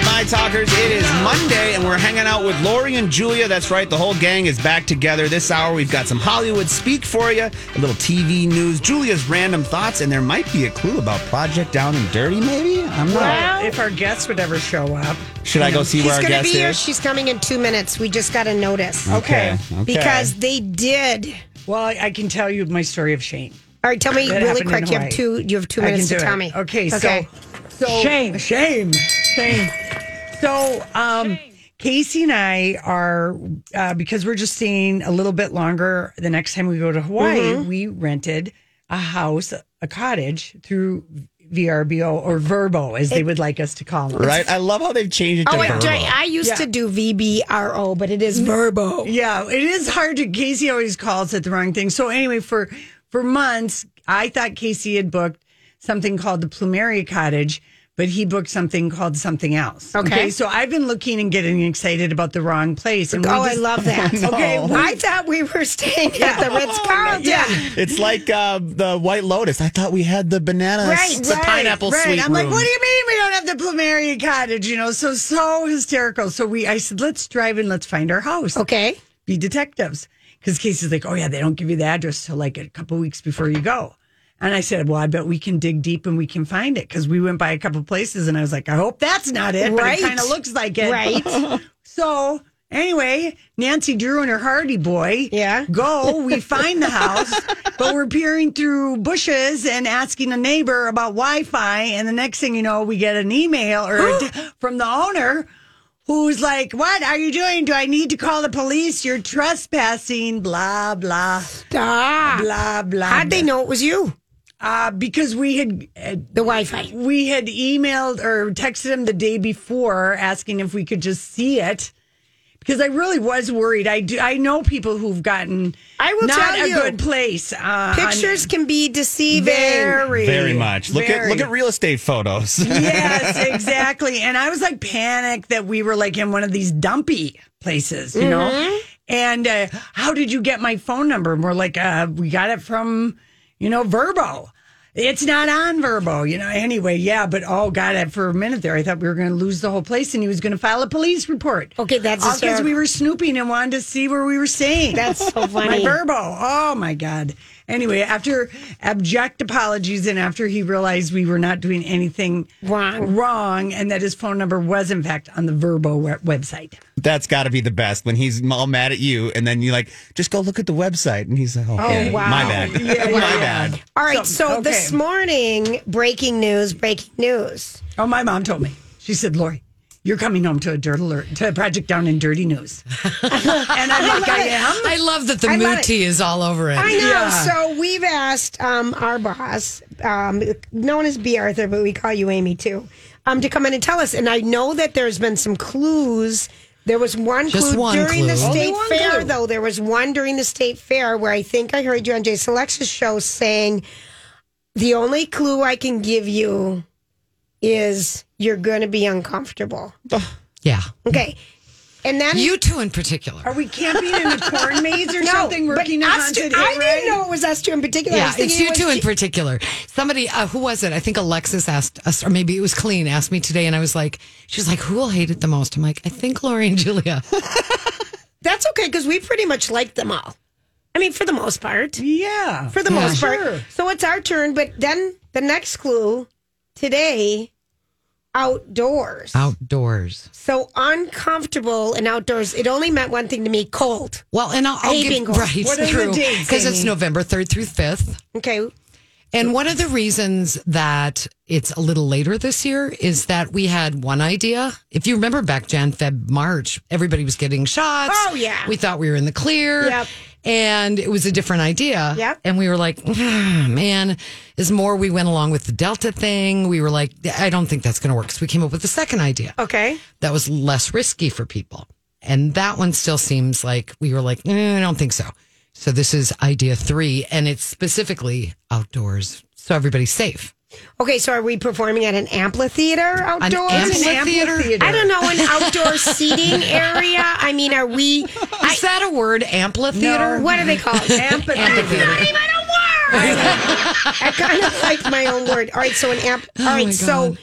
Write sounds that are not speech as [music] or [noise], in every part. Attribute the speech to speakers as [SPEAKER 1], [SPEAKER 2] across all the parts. [SPEAKER 1] Hi, talkers. It is Monday, and we're hanging out with Lori and Julia. That's right, the whole gang is back together. This hour, we've got some Hollywood speak for you, a little TV news, Julia's random thoughts, and there might be a clue about Project Down and Dirty, maybe? I'm not.
[SPEAKER 2] Well, if our guests would ever show up.
[SPEAKER 1] Should I go see where
[SPEAKER 3] He's
[SPEAKER 1] our
[SPEAKER 3] going to
[SPEAKER 1] guest
[SPEAKER 3] be here.
[SPEAKER 1] is?
[SPEAKER 3] She's coming in two minutes. We just got a notice.
[SPEAKER 1] Okay, okay.
[SPEAKER 3] Because they did.
[SPEAKER 2] Well, I, I can tell you my story of Shane.
[SPEAKER 3] All right, tell me
[SPEAKER 2] That
[SPEAKER 3] really
[SPEAKER 2] happened
[SPEAKER 3] quick.
[SPEAKER 2] in
[SPEAKER 3] You have
[SPEAKER 2] Hawaii.
[SPEAKER 3] two. You have two
[SPEAKER 2] I can
[SPEAKER 3] minutes to
[SPEAKER 2] do
[SPEAKER 3] tell
[SPEAKER 2] it.
[SPEAKER 3] me.
[SPEAKER 2] Okay, so-
[SPEAKER 3] Okay.
[SPEAKER 2] So shame, shame, shame. So, um, Casey and I are uh, because we're just staying a little bit longer. The next time we go to Hawaii,
[SPEAKER 3] Mm-hmm.
[SPEAKER 2] we rented a house, a cottage through VRBO or Verbo, as they would like us to call it.
[SPEAKER 1] Right? I love how they've changed it to
[SPEAKER 3] Oh, I,
[SPEAKER 1] verbal.
[SPEAKER 3] I used
[SPEAKER 2] Yeah. Mm.
[SPEAKER 3] to do VBRO, but it is Verbo.
[SPEAKER 2] Yeah, it is hard to. Casey always calls it the wrong thing. So anyway, for for months, I thought Casey had booked something called the Plumeria Cottage, but he booked something called something else.
[SPEAKER 3] Okay.
[SPEAKER 2] so I've been looking and getting excited about the wrong place. And we
[SPEAKER 3] Oh, I
[SPEAKER 2] just- [laughs]
[SPEAKER 3] love that.
[SPEAKER 2] Okay, we-
[SPEAKER 3] I thought we were staying at
[SPEAKER 2] [laughs]
[SPEAKER 3] the Ritz Carlton.
[SPEAKER 2] Yeah.
[SPEAKER 1] It's like uh, the White Lotus. I thought we had the banana,
[SPEAKER 3] Right,
[SPEAKER 1] the
[SPEAKER 3] right,
[SPEAKER 1] pineapple
[SPEAKER 2] right.
[SPEAKER 1] sweet
[SPEAKER 2] I'm like,
[SPEAKER 1] room.
[SPEAKER 2] what do you mean we don't have the Plumeria Cottage? You know, so so hysterical. So we, I said, let's drive and let's find our house.
[SPEAKER 3] Okay.
[SPEAKER 2] be detectives. Because Casey's like, oh yeah, they don't give you the address till like a couple weeks before you go. And I said, well, I bet we can dig deep and we can find it because we went by a couple places and I was like, I hope that's not it, but
[SPEAKER 3] Right.
[SPEAKER 2] it kind of looks like it. [laughs]
[SPEAKER 3] Right.
[SPEAKER 2] So anyway, Nancy Drew and her Hardy boy
[SPEAKER 3] Yeah.
[SPEAKER 2] go. We find the house, but we're peering through bushes and asking a neighbor about Wi-Fi. And the next thing you know, we get an email or
[SPEAKER 3] [gasps]
[SPEAKER 2] a t- from the owner who's like, "What are you doing? Do I need to call the police? You're trespassing." Blah blah
[SPEAKER 3] Stop.
[SPEAKER 2] blah blah.
[SPEAKER 3] Ah. How'd they know it was you?
[SPEAKER 2] Uh, because we had uh,
[SPEAKER 3] The Wi-Fi.
[SPEAKER 2] we had emailed or texted him the day before asking if we could just see it because I really was worried. I do. I know people who've gotten
[SPEAKER 3] I will
[SPEAKER 2] not
[SPEAKER 3] tell
[SPEAKER 2] a
[SPEAKER 3] you.
[SPEAKER 2] good place. Uh,
[SPEAKER 3] Pictures can be
[SPEAKER 2] on-
[SPEAKER 3] deceiving.
[SPEAKER 2] very,
[SPEAKER 1] Very much. Look at
[SPEAKER 2] very.
[SPEAKER 1] look at real estate photos. [laughs]
[SPEAKER 2] yes, exactly. And I was like panicked that we were like in one of these dumpy places, you
[SPEAKER 3] Mm-hmm.
[SPEAKER 2] know? And uh, how did you get my phone number? And we're like, uh, we got it from, you know, Verbo. It's not on Verbo, you know. Anyway, yeah, but oh god, I- for a minute there, I thought we were going to lose the whole place, and he was going to file a police report.
[SPEAKER 3] Okay, that's
[SPEAKER 2] because
[SPEAKER 3] hysterical.
[SPEAKER 2] we were snooping and wanted to see where we were staying.
[SPEAKER 3] That's so
[SPEAKER 2] [laughs]
[SPEAKER 3] funny.
[SPEAKER 2] My Verbo. Oh my God. Anyway, after abject apologies and after he realized we were not doing anything
[SPEAKER 3] Wrong.
[SPEAKER 2] wrong and that his phone number was in fact on the Verbo we- website.
[SPEAKER 1] That's got to be the best when he's all mad at you, and then you like just go look at the website, and he's like, "Okay,
[SPEAKER 3] wow.
[SPEAKER 1] my bad,
[SPEAKER 2] Oh, Yeah,
[SPEAKER 1] my
[SPEAKER 2] yeah, yeah.
[SPEAKER 1] bad."
[SPEAKER 3] All right, so,
[SPEAKER 2] So-
[SPEAKER 3] this
[SPEAKER 2] okay.
[SPEAKER 3] morning, breaking news, breaking news.
[SPEAKER 2] Oh, my mom told me. She said, Lori, you're coming home to a dirt alert, to a project down in dirty
[SPEAKER 3] [laughs]
[SPEAKER 2] news. and I'm like, I am.
[SPEAKER 4] I love that the
[SPEAKER 3] I love
[SPEAKER 4] mood tea is all over it.
[SPEAKER 3] I know.
[SPEAKER 2] Yeah.
[SPEAKER 3] So we've asked um, our boss, um, known as B. Arthur, but we call you Amy too, um, to come in and tell us. And I know that there's been some clues. There was one
[SPEAKER 4] Just
[SPEAKER 3] clue
[SPEAKER 4] one
[SPEAKER 3] during the
[SPEAKER 4] clue.
[SPEAKER 2] Only
[SPEAKER 3] state
[SPEAKER 2] one
[SPEAKER 3] fair,
[SPEAKER 2] clue.
[SPEAKER 3] though. There was one during the state fair where I think I heard you on Jason Alexa's show saying, "The only clue I can give you is you're going to be uncomfortable."
[SPEAKER 4] yeah.
[SPEAKER 3] Okay, and that is
[SPEAKER 4] You two in particular.
[SPEAKER 2] Are we camping in the corn maze or something?
[SPEAKER 3] but
[SPEAKER 2] Working on
[SPEAKER 3] us
[SPEAKER 2] haunted
[SPEAKER 3] two- I
[SPEAKER 2] hill,
[SPEAKER 3] didn't
[SPEAKER 2] right?
[SPEAKER 3] know it was us two in particular. I
[SPEAKER 4] yeah,
[SPEAKER 3] was thinking
[SPEAKER 4] it's
[SPEAKER 3] it
[SPEAKER 4] you
[SPEAKER 3] was
[SPEAKER 4] two in
[SPEAKER 3] Ju-
[SPEAKER 4] particular. Somebody, uh, who was it? I think Alexis asked us, or maybe it was Clean, asked me today, and I was like, she was like, who will hate it the most? I'm like, I think Lori and Julia.
[SPEAKER 3] That's okay because we pretty much like them all. I mean, for the most part.
[SPEAKER 2] Yeah.
[SPEAKER 3] For the
[SPEAKER 4] Yeah.
[SPEAKER 3] most part.
[SPEAKER 2] Sure.
[SPEAKER 3] So it's our turn. But then the next clue today outdoors.
[SPEAKER 4] Outdoors.
[SPEAKER 3] So uncomfortable and outdoors. It only meant one thing to me cold.
[SPEAKER 4] Well, and I'll,
[SPEAKER 3] I
[SPEAKER 4] I'll
[SPEAKER 3] hate
[SPEAKER 4] give
[SPEAKER 3] being cold.
[SPEAKER 4] right
[SPEAKER 2] What are the
[SPEAKER 4] through
[SPEAKER 2] dates,
[SPEAKER 4] because it's
[SPEAKER 2] Amy?
[SPEAKER 4] November third through fifth.
[SPEAKER 3] Okay.
[SPEAKER 4] And one of the reasons that it's a little later this year is that we had one idea. If you remember back Jan, Feb, March, everybody was getting shots.
[SPEAKER 3] Oh, yeah.
[SPEAKER 4] We thought we were in the clear.
[SPEAKER 3] Yep.
[SPEAKER 4] And it was a different idea.
[SPEAKER 3] Yep.
[SPEAKER 4] And we were like, "Ah, man, as more we went along with the Delta thing, we were like, I don't think that's going to work. So we came up with a second idea
[SPEAKER 3] Okay.
[SPEAKER 4] that was less risky for people. And that one still seems like we were like, "Eh, I don't think so. So this is idea three, and it's specifically outdoors. So everybody's safe.
[SPEAKER 3] Okay. So are we performing at an amphitheater outdoors?
[SPEAKER 4] amphitheater?
[SPEAKER 2] amphitheater.
[SPEAKER 3] I don't know. An outdoor seating area? I mean, are we.
[SPEAKER 4] Is that a word, amphitheater?
[SPEAKER 3] What are they called?
[SPEAKER 2] Amphitheater.
[SPEAKER 3] not even a [laughs] word. I kind of like my own word. All right, so an amp. All right,
[SPEAKER 4] Oh my
[SPEAKER 3] so
[SPEAKER 4] God.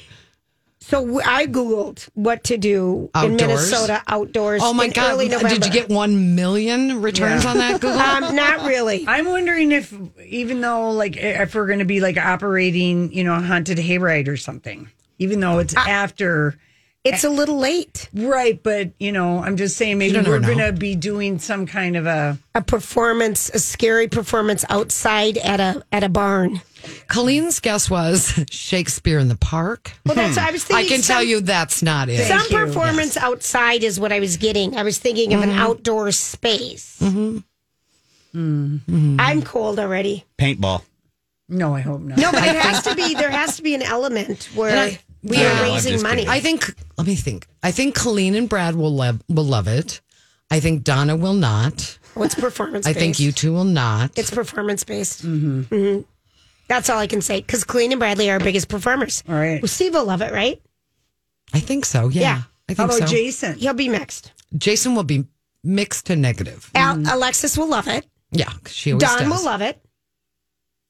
[SPEAKER 3] So w- I googled what to do in
[SPEAKER 4] Outdoors?
[SPEAKER 3] Minnesota outdoors.
[SPEAKER 4] Oh my
[SPEAKER 3] in
[SPEAKER 4] god!
[SPEAKER 3] Early November.
[SPEAKER 4] Did you get one million returns on
[SPEAKER 3] [laughs]
[SPEAKER 4] that Google?
[SPEAKER 3] Um, not really.
[SPEAKER 2] I'm wondering if, even though, like, if we're going to be like operating, you know, a haunted hayride or something, even though it's
[SPEAKER 4] Ah.
[SPEAKER 2] after,
[SPEAKER 3] It's a little late.
[SPEAKER 2] right? But you know, I'm just saying maybe
[SPEAKER 4] don't
[SPEAKER 2] we're
[SPEAKER 4] know.
[SPEAKER 2] going to be doing some kind of a.
[SPEAKER 3] A performance, a scary performance outside at a at a
[SPEAKER 4] Hmm.
[SPEAKER 3] barn.
[SPEAKER 4] Colleen's guess was Shakespeare in the Park.
[SPEAKER 3] Well, that's I was
[SPEAKER 4] I
[SPEAKER 3] thinking.
[SPEAKER 4] can
[SPEAKER 3] some-
[SPEAKER 4] tell you that's not it.
[SPEAKER 3] Some performance outside is what I was getting. I was thinking of an
[SPEAKER 4] Mm-hmm.
[SPEAKER 3] outdoor space.
[SPEAKER 4] Mm-hmm.
[SPEAKER 3] I'm cold already.
[SPEAKER 1] Paintball.
[SPEAKER 2] No, I hope not.
[SPEAKER 3] No, but it has to be. There has to be an element where
[SPEAKER 4] And I-
[SPEAKER 3] we
[SPEAKER 1] Yeah,
[SPEAKER 3] are
[SPEAKER 1] I'm
[SPEAKER 3] raising
[SPEAKER 1] just
[SPEAKER 3] money.
[SPEAKER 1] kidding.
[SPEAKER 4] I think. Let me think. I think Colleen and Brad will love will love it. I think Donna will not.
[SPEAKER 3] What's Oh, performance?
[SPEAKER 4] I think
[SPEAKER 3] based.
[SPEAKER 4] you two will not.
[SPEAKER 3] It's performance based. Mm-hmm. That's all I can say because Colleen and Bradley are our biggest performers.
[SPEAKER 2] All right.
[SPEAKER 3] Well, Steve will love it, right?
[SPEAKER 4] I think so. Yeah.
[SPEAKER 3] Yeah.
[SPEAKER 4] I
[SPEAKER 2] How
[SPEAKER 4] think
[SPEAKER 2] about
[SPEAKER 4] so.
[SPEAKER 2] Jason?
[SPEAKER 3] He'll be mixed.
[SPEAKER 4] Jason will be mixed to negative.
[SPEAKER 3] Al- Alexis will love it.
[SPEAKER 4] Yeah, 'cause she Mm-hmm. always
[SPEAKER 3] Don
[SPEAKER 4] does.
[SPEAKER 3] will love it.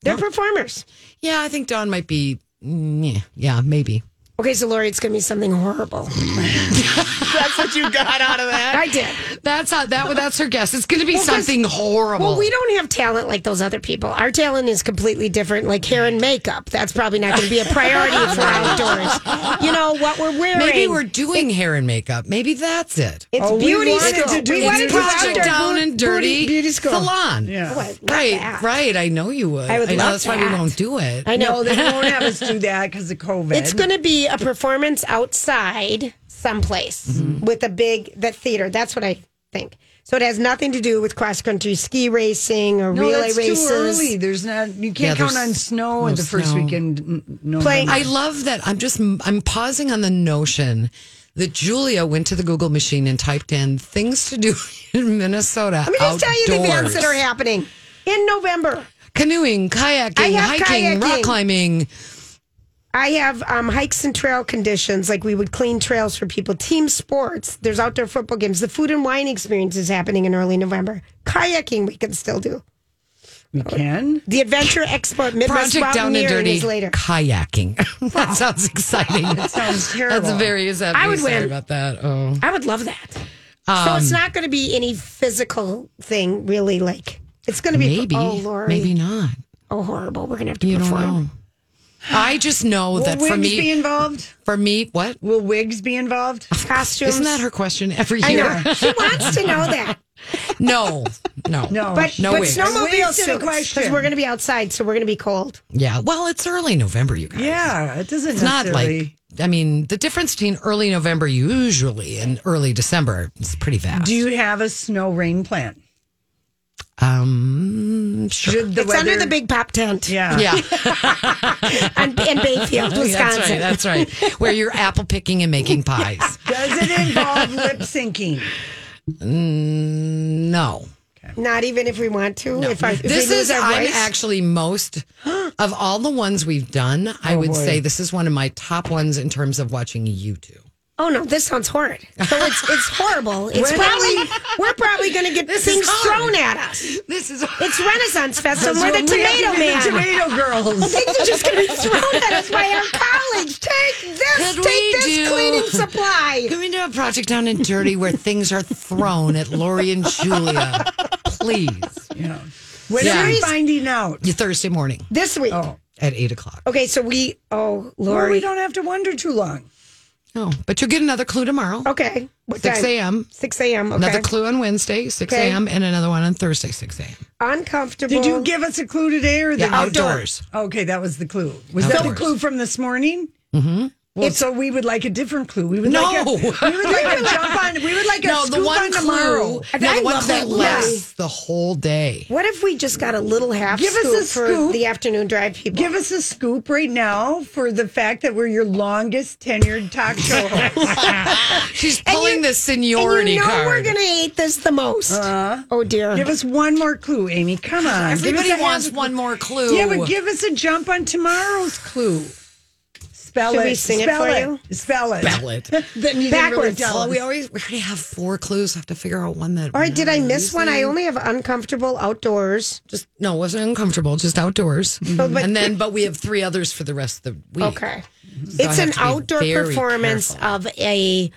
[SPEAKER 3] They're performers.
[SPEAKER 4] Yeah, I think Don might be. mm, Yeah, yeah, maybe.
[SPEAKER 3] Okay, so Lori, it's going to be something
[SPEAKER 4] [laughs]
[SPEAKER 3] horrible.
[SPEAKER 1] That's what you got out of that.
[SPEAKER 3] I did.
[SPEAKER 4] That's how, that. That's her guess. It's going to be
[SPEAKER 3] 'cause-
[SPEAKER 4] something horrible.
[SPEAKER 3] Well, we don't have talent like those other people. Our talent is completely different, like hair and makeup. That's probably not going to be a priority
[SPEAKER 4] [laughs]
[SPEAKER 3] for outdoors. You know what we're wearing?
[SPEAKER 4] Maybe we're doing hair and makeup. Maybe that's it.
[SPEAKER 3] It's
[SPEAKER 2] Oh, we
[SPEAKER 3] beauty
[SPEAKER 2] wanted
[SPEAKER 3] school.
[SPEAKER 2] to do-
[SPEAKER 3] we
[SPEAKER 2] it's
[SPEAKER 3] wanted to do
[SPEAKER 4] Project
[SPEAKER 3] outdoor
[SPEAKER 4] Down
[SPEAKER 3] boot-
[SPEAKER 4] and Dirty
[SPEAKER 3] booty beauty school.
[SPEAKER 4] Salon.
[SPEAKER 2] Yeah.
[SPEAKER 3] What? Not
[SPEAKER 4] Right,
[SPEAKER 3] that.
[SPEAKER 4] right. I know you would.
[SPEAKER 3] I would
[SPEAKER 4] know
[SPEAKER 3] love
[SPEAKER 4] that's why we
[SPEAKER 3] that.
[SPEAKER 4] won't do it.
[SPEAKER 3] I know.
[SPEAKER 2] No, they won't have us
[SPEAKER 4] [laughs]
[SPEAKER 2] do that because of COVID.
[SPEAKER 3] It's going to be a performance outside someplace
[SPEAKER 2] Mm-hmm.
[SPEAKER 3] with a big the theater. That's what I think. So it has nothing to do with cross country ski racing or
[SPEAKER 2] no,
[SPEAKER 3] relay
[SPEAKER 2] that's
[SPEAKER 3] races.
[SPEAKER 2] too early. There's not. You can't
[SPEAKER 4] Yeah,
[SPEAKER 2] count
[SPEAKER 4] there's
[SPEAKER 2] on snow
[SPEAKER 4] no
[SPEAKER 2] at the first
[SPEAKER 4] snow.
[SPEAKER 2] weekend. n- No,
[SPEAKER 3] Playing-
[SPEAKER 4] I love that. I'm just I'm pausing on the notion that Julia went to the Google machine and typed in things to do [laughs] in Minnesota.
[SPEAKER 3] Let me just tell you the events that are
[SPEAKER 4] outdoors.
[SPEAKER 3] happening in November.
[SPEAKER 4] Canoeing,
[SPEAKER 3] I
[SPEAKER 4] kayaking,
[SPEAKER 3] have
[SPEAKER 4] hiking, rock
[SPEAKER 3] kayaking.
[SPEAKER 4] climbing.
[SPEAKER 3] I have um, hikes and trail conditions, like we would clean trails for people. Team sports. There's outdoor football games. The food and wine experience is happening in early November. Kayaking we can still do.
[SPEAKER 2] we can.
[SPEAKER 3] The Adventure Expo at Midwest
[SPEAKER 4] Project Down and
[SPEAKER 3] Mountaineering
[SPEAKER 4] Dirty
[SPEAKER 3] is later.
[SPEAKER 4] kayaking. [laughs] that sounds exciting. that
[SPEAKER 2] sounds
[SPEAKER 4] [laughs] That's
[SPEAKER 2] terrible.
[SPEAKER 4] very. Is that
[SPEAKER 3] I would
[SPEAKER 4] sorry
[SPEAKER 3] win.
[SPEAKER 4] about that. Oh,
[SPEAKER 3] I would love that. so
[SPEAKER 4] Um,
[SPEAKER 3] it's not going to be any physical thing, really. Like it's going to be
[SPEAKER 4] maybe,
[SPEAKER 3] oh Lori,
[SPEAKER 4] maybe not.
[SPEAKER 3] oh horrible. We're going to have to
[SPEAKER 4] You don't
[SPEAKER 3] perform.
[SPEAKER 4] know. I just know
[SPEAKER 2] Will
[SPEAKER 4] that
[SPEAKER 2] wigs
[SPEAKER 4] for me,
[SPEAKER 2] be involved?
[SPEAKER 4] for me, what
[SPEAKER 2] Will wigs be involved?
[SPEAKER 3] Costumes.
[SPEAKER 4] isn't that her question every
[SPEAKER 3] I
[SPEAKER 4] year?
[SPEAKER 3] know. she wants to know that.
[SPEAKER 4] [laughs] No, no,
[SPEAKER 2] No.
[SPEAKER 3] But
[SPEAKER 4] Oh, No
[SPEAKER 3] but
[SPEAKER 4] wigs.
[SPEAKER 3] snowmobile
[SPEAKER 2] Wasted a question.
[SPEAKER 3] because we're going to be outside, so we're going to be cold.
[SPEAKER 4] Yeah, well, it's early November, you guys.
[SPEAKER 2] yeah, it doesn't
[SPEAKER 4] it's not
[SPEAKER 2] necessarily.
[SPEAKER 4] like I mean, the difference between early November usually and early December is pretty vast.
[SPEAKER 2] Do you have a snow rain plan?
[SPEAKER 4] um, sure.
[SPEAKER 2] Should the
[SPEAKER 3] it's
[SPEAKER 2] weather,
[SPEAKER 3] under the big pop tent
[SPEAKER 2] yeah. [laughs]
[SPEAKER 4] yeah,
[SPEAKER 3] and, in Bayfield,
[SPEAKER 4] [laughs] that's right.
[SPEAKER 3] Wisconsin.
[SPEAKER 4] That's right. Where you're apple picking
[SPEAKER 2] [laughs]
[SPEAKER 4] and making pies.
[SPEAKER 2] Does it involve lip syncing?
[SPEAKER 4] No,
[SPEAKER 3] Not even if we want to. If, I, if
[SPEAKER 4] this
[SPEAKER 3] we lose
[SPEAKER 4] is
[SPEAKER 3] our
[SPEAKER 4] I'm
[SPEAKER 3] voice.
[SPEAKER 4] actually most
[SPEAKER 2] [gasps]
[SPEAKER 4] of all the ones we've done.
[SPEAKER 2] Oh,
[SPEAKER 4] I would say this is one of my top ones in terms of watching you two.
[SPEAKER 3] Oh no, this sounds horrid. So it's it's
[SPEAKER 4] [laughs]
[SPEAKER 3] horrible. It's probably we're probably going to get things
[SPEAKER 4] hard.
[SPEAKER 3] thrown at us.
[SPEAKER 4] This
[SPEAKER 2] [laughs]
[SPEAKER 4] is
[SPEAKER 3] It's Renaissance Fest, and we're the
[SPEAKER 2] That's what we have to
[SPEAKER 3] tomato
[SPEAKER 2] do,
[SPEAKER 3] man.
[SPEAKER 2] The tomato girls.
[SPEAKER 3] [laughs] Things are just going to be thrown at us by our college. Take this,
[SPEAKER 4] Could we
[SPEAKER 3] take this
[SPEAKER 4] do-
[SPEAKER 3] cleaning supply.
[SPEAKER 4] Can we do a project down and dirty where things are thrown at Lori
[SPEAKER 2] [laughs]
[SPEAKER 4] and Julia? Please.
[SPEAKER 2] yeah. When are we
[SPEAKER 4] Serious?
[SPEAKER 2] finding out?
[SPEAKER 4] You Thursday morning
[SPEAKER 3] This week.
[SPEAKER 2] Oh,
[SPEAKER 4] at eight o'clock.
[SPEAKER 3] Okay, so we. Oh,
[SPEAKER 2] or we
[SPEAKER 3] Lori.
[SPEAKER 2] don't have to wonder too long.
[SPEAKER 4] Oh, but you'll get another clue tomorrow.
[SPEAKER 3] Oh, okay. What
[SPEAKER 4] 6
[SPEAKER 3] time?
[SPEAKER 4] a.m.
[SPEAKER 3] Six a.m. Okay.
[SPEAKER 4] Another clue on Wednesday, 6
[SPEAKER 3] Okay.
[SPEAKER 4] a.m., and another one on Thursday, 6 a.m.
[SPEAKER 3] Uncomfortable.
[SPEAKER 2] Did you give us a clue today or the
[SPEAKER 4] Yeah, outdoors.
[SPEAKER 2] Okay, that was the clue. Was that
[SPEAKER 4] Outdoors.
[SPEAKER 2] the clue from this morning? Mm-hmm. Well, so we would like a different clue. We would
[SPEAKER 4] No.
[SPEAKER 2] like a, we would like a jump on. We would like a
[SPEAKER 4] No,
[SPEAKER 2] scoop
[SPEAKER 4] the one
[SPEAKER 2] on tomorrow.
[SPEAKER 4] clue. No,
[SPEAKER 3] I
[SPEAKER 4] the one
[SPEAKER 3] love
[SPEAKER 4] clue
[SPEAKER 3] that clue.
[SPEAKER 4] lasts the whole day.
[SPEAKER 3] What if we just got a little half
[SPEAKER 2] Give us
[SPEAKER 3] scoop,
[SPEAKER 2] a scoop.
[SPEAKER 3] for the afternoon drive people?
[SPEAKER 2] Give us a scoop right now for the fact that we're your longest tenured talk show host.
[SPEAKER 4] She's pulling the
[SPEAKER 3] and
[SPEAKER 4] seniority
[SPEAKER 3] you know
[SPEAKER 4] card.
[SPEAKER 3] we're gonna hate this the most. oh dear.
[SPEAKER 2] Uh-huh. give us one more clue, Amy. Come on. Give us
[SPEAKER 4] Everybody
[SPEAKER 2] a
[SPEAKER 4] wants
[SPEAKER 2] half-
[SPEAKER 4] one more clue.
[SPEAKER 2] Yeah, but give us a jump on tomorrow's clue. Spell
[SPEAKER 3] Should
[SPEAKER 2] it.
[SPEAKER 3] we sing it
[SPEAKER 2] Spell
[SPEAKER 3] for
[SPEAKER 2] it.
[SPEAKER 3] you?
[SPEAKER 2] Spell it.
[SPEAKER 3] [laughs]
[SPEAKER 4] ballot. then you didn't really
[SPEAKER 2] Backwards.
[SPEAKER 4] tell. us. We always we already have four clues. I have to figure out one that.
[SPEAKER 3] Or did I miss one? I only have uncomfortable outdoors.
[SPEAKER 4] just no? It wasn't uncomfortable. Just outdoors.
[SPEAKER 3] Mm-hmm. but-
[SPEAKER 4] and
[SPEAKER 3] [laughs]
[SPEAKER 4] then, but we have three others for the rest of the week.
[SPEAKER 3] Okay.
[SPEAKER 4] So I
[SPEAKER 3] It's
[SPEAKER 4] Mm-hmm. have
[SPEAKER 3] an
[SPEAKER 4] to be
[SPEAKER 3] outdoor
[SPEAKER 4] very
[SPEAKER 3] performance
[SPEAKER 4] careful.
[SPEAKER 3] of a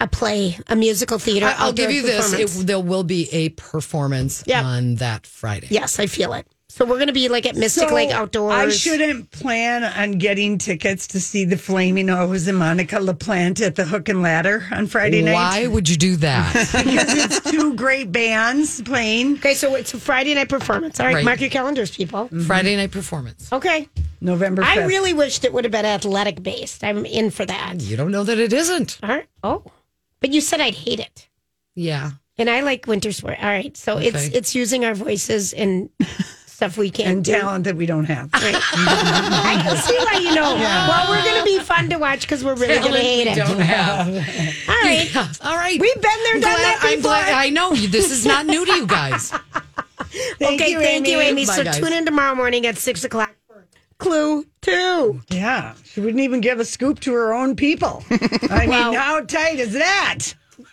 [SPEAKER 3] a play, a musical theater.
[SPEAKER 4] I- I'll
[SPEAKER 3] outdoor
[SPEAKER 4] give you this. It,
[SPEAKER 3] performance.
[SPEAKER 4] there will be a performance
[SPEAKER 3] Yeah.
[SPEAKER 4] on that Friday.
[SPEAKER 3] yes, I feel it. So we're going to be like at Mystic
[SPEAKER 2] So,
[SPEAKER 3] Lake Outdoors.
[SPEAKER 2] I shouldn't plan on getting tickets to see the Flaming O's and Monica LaPlante at the Hook and Ladder on Friday
[SPEAKER 4] Why
[SPEAKER 2] night.
[SPEAKER 4] would you
[SPEAKER 3] [laughs]
[SPEAKER 4] do
[SPEAKER 3] Mm-hmm.
[SPEAKER 4] that?
[SPEAKER 2] Because [laughs] it's two great bands playing
[SPEAKER 3] Okay, so it's a Friday night performance. All right,
[SPEAKER 4] Right.
[SPEAKER 3] mark your calendars, people.
[SPEAKER 4] Friday night performance.
[SPEAKER 3] Okay.
[SPEAKER 2] November.
[SPEAKER 3] I
[SPEAKER 2] 5th.
[SPEAKER 3] really wished it would have been athletic based. I'm in for that.
[SPEAKER 4] You don't know that it isn't.
[SPEAKER 3] All right. Oh, but you said I'd hate it,
[SPEAKER 4] Yeah.
[SPEAKER 3] and I like winter sport. All right, so it's
[SPEAKER 4] Okay.
[SPEAKER 3] it's using our voices and stuff we can't
[SPEAKER 2] and
[SPEAKER 3] do.
[SPEAKER 2] talent that we don't have.
[SPEAKER 3] I can see why you know. Well, we're gonna be fun to watch because we're really gonna hate it. All
[SPEAKER 4] Don't have.
[SPEAKER 3] right,
[SPEAKER 4] [laughs] All right.
[SPEAKER 3] we've been there, done
[SPEAKER 4] Glad-
[SPEAKER 3] that
[SPEAKER 4] I'm
[SPEAKER 3] before.
[SPEAKER 4] glad- I know you- this is not new to you guys.
[SPEAKER 2] Thank
[SPEAKER 3] okay,
[SPEAKER 2] you,
[SPEAKER 3] thank you,
[SPEAKER 2] Amy.
[SPEAKER 3] Amy.
[SPEAKER 4] Bye,
[SPEAKER 3] so
[SPEAKER 4] guys.
[SPEAKER 3] tune in tomorrow morning at six o'clock for Clue Two.
[SPEAKER 2] Yeah, she wouldn't even give a scoop to her own
[SPEAKER 3] [laughs]
[SPEAKER 2] people. I mean, how tight is that?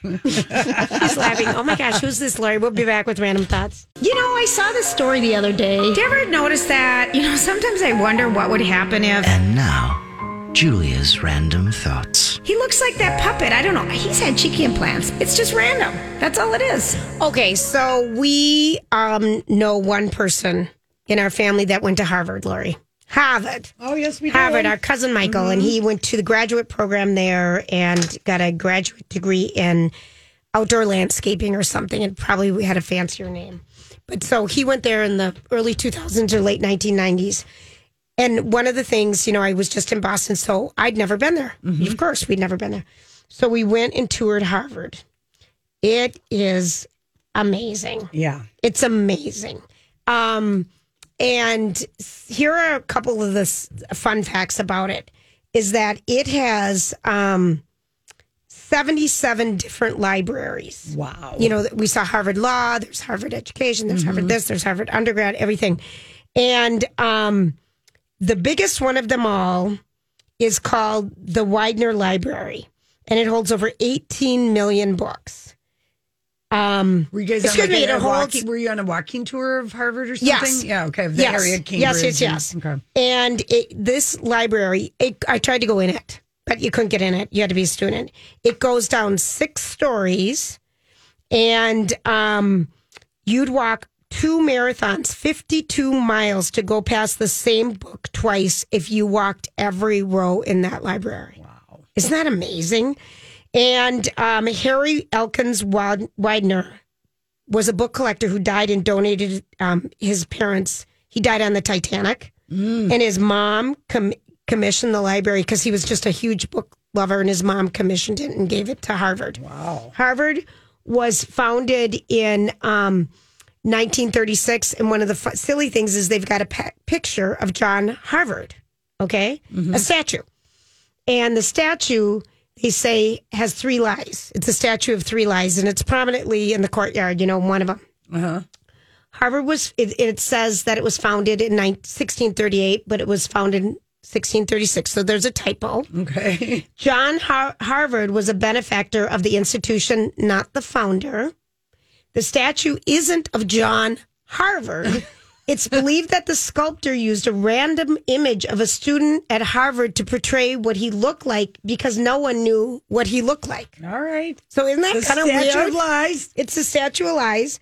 [SPEAKER 3] She's laughing. Oh my gosh, who's this Lori? We'll be back with random thoughts.
[SPEAKER 5] You know, I saw this story the other day. Did you ever notice that? You know, sometimes I wonder what would happen if
[SPEAKER 6] And now, Julia's random thoughts.
[SPEAKER 5] he looks like that puppet. I don't know. He's had cheeky implants. It's just random. That's all it is.
[SPEAKER 3] Okay, so we um know one person in our family that went to Harvard, Lori. Harvard.
[SPEAKER 2] Oh yes, we
[SPEAKER 3] Harvard, our cousin Michael, and he went to the graduate program there and got a graduate degree in outdoor landscaping or something, and probably we had a fancier name. But so he went there in the early 2000s or late 1990s. And one of the things, you know, I was just in Boston, so I'd never been there. Of course, we'd never been there. So we went and toured Harvard. It is amazing.
[SPEAKER 2] Yeah,
[SPEAKER 3] It's amazing. Um, and here are a couple of the s- fun facts about it is that it has um, 77 different libraries.
[SPEAKER 2] wow.
[SPEAKER 3] You know, that we saw Harvard Law, there's Harvard Education, there's Harvard this, there's Harvard Undergrad, everything. And um, the biggest one of them all is called the Widener Library, and it holds over 18 million books. Um,
[SPEAKER 2] Were you guys
[SPEAKER 3] Excuse
[SPEAKER 2] on like,
[SPEAKER 3] me,
[SPEAKER 2] a
[SPEAKER 3] it holds-
[SPEAKER 2] walking, Were you on a walking tour of Harvard or something?
[SPEAKER 3] Yes.
[SPEAKER 2] Yeah. Okay. of The
[SPEAKER 3] Yes.
[SPEAKER 2] area of
[SPEAKER 3] Yes,
[SPEAKER 2] Cambridge.
[SPEAKER 3] yes, yes.
[SPEAKER 2] and- Okay.
[SPEAKER 3] And it, this library, it, I tried to go in it, but you couldn't get in it. You had to be a student. It goes down six stories, and um, you'd walk two marathons, 52 miles to go past the same book twice if you walked every row in that library. Wow. Isn't that amazing? And um, Harry Elkins Wad- Widener was a book collector who died and donated um, his parents. He died on the Titanic, and his mom com- commissioned the library because he was just a huge book lover, and his mom commissioned it and gave it to Harvard. Wow! Harvard was founded in um, 1936, and one of the fu- silly things is they've got a pa- picture of John Harvard, okay, a statue, and the statue they say has three lies. It's a statue of three lies, and it's prominently in the courtyard. You know, one of them. Harvard was. It, it says that it was founded in 19, 1638, but it was founded in 1636. So there's a typo.
[SPEAKER 2] Okay.
[SPEAKER 3] John Har- Harvard was a benefactor of the institution, not the founder. The statue isn't of John
[SPEAKER 2] [laughs]
[SPEAKER 3] Harvard. It's believed that the sculptor used a random image of a student at Harvard to portray what he looked like because no one knew what he looked like.
[SPEAKER 2] All right.
[SPEAKER 3] So isn't that
[SPEAKER 2] The
[SPEAKER 3] kind of
[SPEAKER 2] Statue
[SPEAKER 3] weird?
[SPEAKER 2] of Lies.
[SPEAKER 3] It's a statue of lies.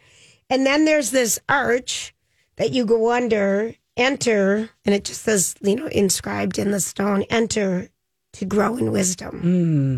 [SPEAKER 3] And then there's this arch that you go under, enter, and it just says, you know, inscribed in the stone, enter to grow in wisdom.
[SPEAKER 2] Hmm.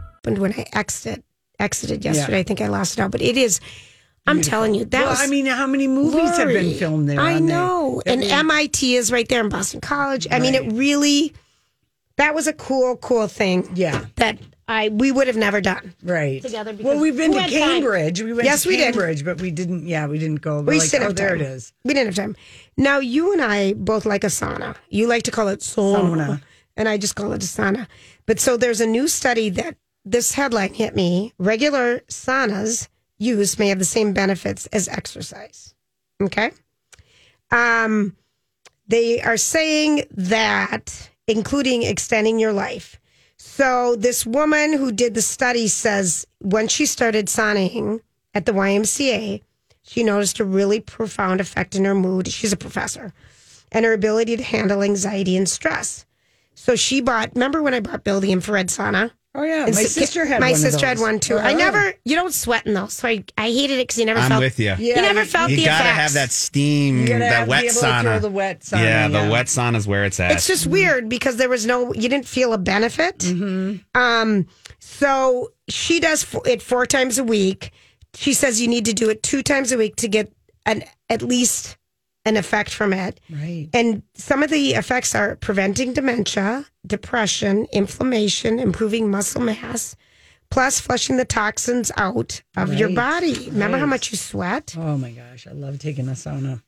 [SPEAKER 3] happened when I exited exited yesterday. I think I lost it all, but it is. I'm telling you, that
[SPEAKER 2] Well,
[SPEAKER 3] was
[SPEAKER 2] I mean, how many movies have been
[SPEAKER 3] blurry.
[SPEAKER 2] filmed there?
[SPEAKER 3] I
[SPEAKER 2] on the-
[SPEAKER 3] know, and MIT is right there in Boston College. I mean, it really. That was a cool, cool thing
[SPEAKER 2] Yeah,
[SPEAKER 3] that I we would have never done.
[SPEAKER 2] right.
[SPEAKER 3] Together because
[SPEAKER 2] well, we've been
[SPEAKER 3] who
[SPEAKER 2] to
[SPEAKER 3] had time?
[SPEAKER 2] Cambridge. We went
[SPEAKER 3] Yes,
[SPEAKER 2] to
[SPEAKER 3] we did.
[SPEAKER 2] Cambridge, but we didn't. Yeah, we didn't go. We're
[SPEAKER 3] We
[SPEAKER 2] like,
[SPEAKER 3] didn't
[SPEAKER 2] oh,
[SPEAKER 3] have
[SPEAKER 2] there
[SPEAKER 3] time.
[SPEAKER 2] it is.
[SPEAKER 3] We didn't have time. Now you and I both like a sauna. You like to call it sauna,
[SPEAKER 2] Sauna.
[SPEAKER 3] and I just call it a sauna. But so there's a new study that this headline hit me. Regular saunas use may have the same benefits as exercise. Okay. Um, they are saying that, including extending your life. So this woman who did the study says when she started saunaing at the YMCA, she noticed a really profound effect in her mood. She's a professor and her ability to handle anxiety and stress. So she bought, remember when I bought Bill the infrared sauna?
[SPEAKER 2] Oh yeah,
[SPEAKER 3] And
[SPEAKER 2] my
[SPEAKER 3] so-
[SPEAKER 2] sister had.
[SPEAKER 3] my
[SPEAKER 2] one of
[SPEAKER 3] sister had
[SPEAKER 2] those.
[SPEAKER 3] one too. I
[SPEAKER 2] Oh.
[SPEAKER 3] never, you don't sweat in those. So I, I hated it because you never
[SPEAKER 1] I'm
[SPEAKER 3] felt,
[SPEAKER 1] with you.
[SPEAKER 3] you
[SPEAKER 2] Yeah,
[SPEAKER 3] never
[SPEAKER 2] you-
[SPEAKER 3] felt the
[SPEAKER 1] You gotta
[SPEAKER 3] effects.
[SPEAKER 1] have that steam,
[SPEAKER 2] You gotta
[SPEAKER 1] that
[SPEAKER 2] have-
[SPEAKER 1] wet
[SPEAKER 2] be able to throw
[SPEAKER 1] sauna.
[SPEAKER 2] the wet sauna,
[SPEAKER 1] Yeah, the
[SPEAKER 2] yeah.
[SPEAKER 1] wet sauna's where it's at.
[SPEAKER 3] It's just weird because there was no, you didn't feel a benefit.
[SPEAKER 2] Mm-hmm.
[SPEAKER 3] Um, so she does fo- it four times a week. She says you need to do it two times a week to get an at least an effect from it.
[SPEAKER 2] Right.
[SPEAKER 3] And some of the effects are preventing dementia, depression, inflammation, improving muscle mass, plus flushing the toxins out of your body. Remember how much you sweat?
[SPEAKER 2] Oh my gosh, I love taking a sauna,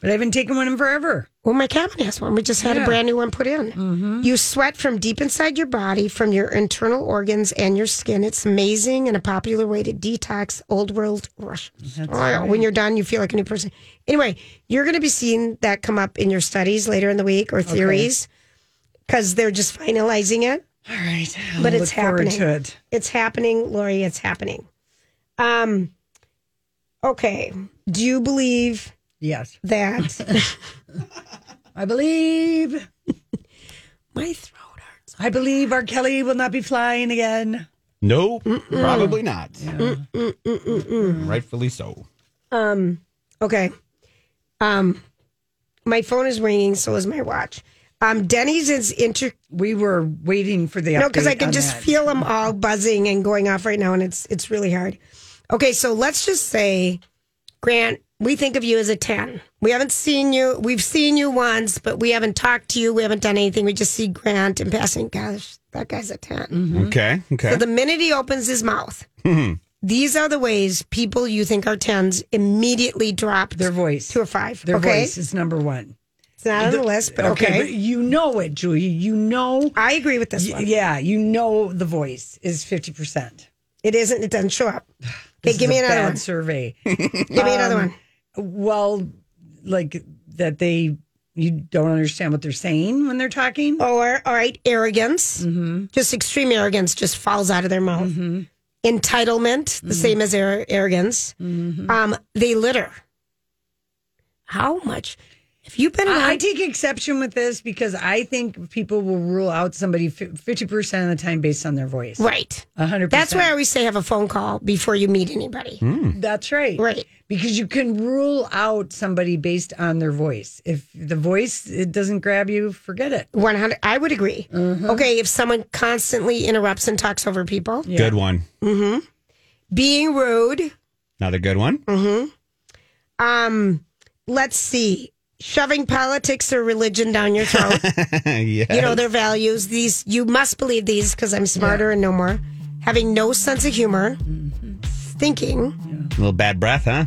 [SPEAKER 2] but I haven't taken one in forever.
[SPEAKER 3] Well, my cabin has one. We just had
[SPEAKER 2] Yeah.
[SPEAKER 3] a brand new one put in. You sweat from deep inside your body, from your internal organs and your skin. It's amazing and a popular way to detox old world Russian style. When you're done, you feel like a new person. Anyway, you're going to be seeing that come up in your studies later in the week or theories because they're just finalizing it.
[SPEAKER 2] All right, I'll
[SPEAKER 3] But
[SPEAKER 2] look
[SPEAKER 3] it's
[SPEAKER 2] forward to
[SPEAKER 3] happening.
[SPEAKER 2] it.
[SPEAKER 3] It's happening, Lori. It's happening. Um, okay. Do you believe
[SPEAKER 2] Yes,
[SPEAKER 3] that
[SPEAKER 2] I believe.
[SPEAKER 3] [laughs] my throat?
[SPEAKER 2] I believe R. Kelly will not be flying again.
[SPEAKER 1] nope, probably not. Rightfully so.
[SPEAKER 3] Um, okay. Um, my phone is ringing, so is my watch. Um, Denny's is inter.
[SPEAKER 2] We were waiting for the update.
[SPEAKER 3] No, because I can
[SPEAKER 2] on
[SPEAKER 3] just
[SPEAKER 2] that.
[SPEAKER 3] feel them all buzzing and going off right now, and it's it's really hard. Okay, so let's just say, Grant, we think of you as a ten. We haven't seen you. We've seen you once, but we haven't talked to you. We haven't done anything. We just see Grant in passing. Gosh, that guy's a 10
[SPEAKER 2] Mm-hmm.
[SPEAKER 1] Okay, okay.
[SPEAKER 3] So the minute he opens his mouth, these are the ways people you think are tens immediately drop
[SPEAKER 2] their voice.
[SPEAKER 3] to a five.
[SPEAKER 2] Their
[SPEAKER 3] okay,
[SPEAKER 2] voice is number one.
[SPEAKER 3] it's not on the list, but okay.
[SPEAKER 2] but you know it, Julia. You know.
[SPEAKER 3] I agree with this
[SPEAKER 2] Y-
[SPEAKER 3] one.
[SPEAKER 2] Yeah, you know the voice is fifty percent.
[SPEAKER 3] It isn't. It doesn't
[SPEAKER 2] [sighs]
[SPEAKER 3] show up. Okay, give me another one.
[SPEAKER 2] survey.
[SPEAKER 3] Give me another
[SPEAKER 2] Um,
[SPEAKER 3] one.
[SPEAKER 2] well, like that they you don't understand what they're saying when they're talking.
[SPEAKER 3] Or all right, arrogance.
[SPEAKER 2] Mm-hmm.
[SPEAKER 3] Just extreme arrogance just falls out of their mouth. Entitlement,
[SPEAKER 2] Mm-hmm.
[SPEAKER 3] the same as ar- arrogance. Um, they litter. How much? If you've been
[SPEAKER 2] I, I
[SPEAKER 3] around,
[SPEAKER 2] take exception with this because I think people will rule out somebody fifty percent of the time based on their voice.
[SPEAKER 3] right?
[SPEAKER 2] hundred.
[SPEAKER 3] That's why I always say have a phone call before you meet anybody.
[SPEAKER 2] Hmm? That's right.
[SPEAKER 3] Right.
[SPEAKER 2] Because you can rule out somebody based on their voice. If the voice it doesn't grab you, forget it.
[SPEAKER 3] One hundred. I would agree.
[SPEAKER 2] Mm-hmm.
[SPEAKER 3] Okay, if someone constantly interrupts and talks over people,
[SPEAKER 1] Good one.
[SPEAKER 3] being rude.
[SPEAKER 1] Another good one.
[SPEAKER 2] Mm-hmm.
[SPEAKER 3] um let's see shoving politics or religion down your throat
[SPEAKER 1] yeah.
[SPEAKER 3] you know their values these you must believe these because i'm smarter and no more having no sense of humor thinking
[SPEAKER 1] A little bad breath, huh?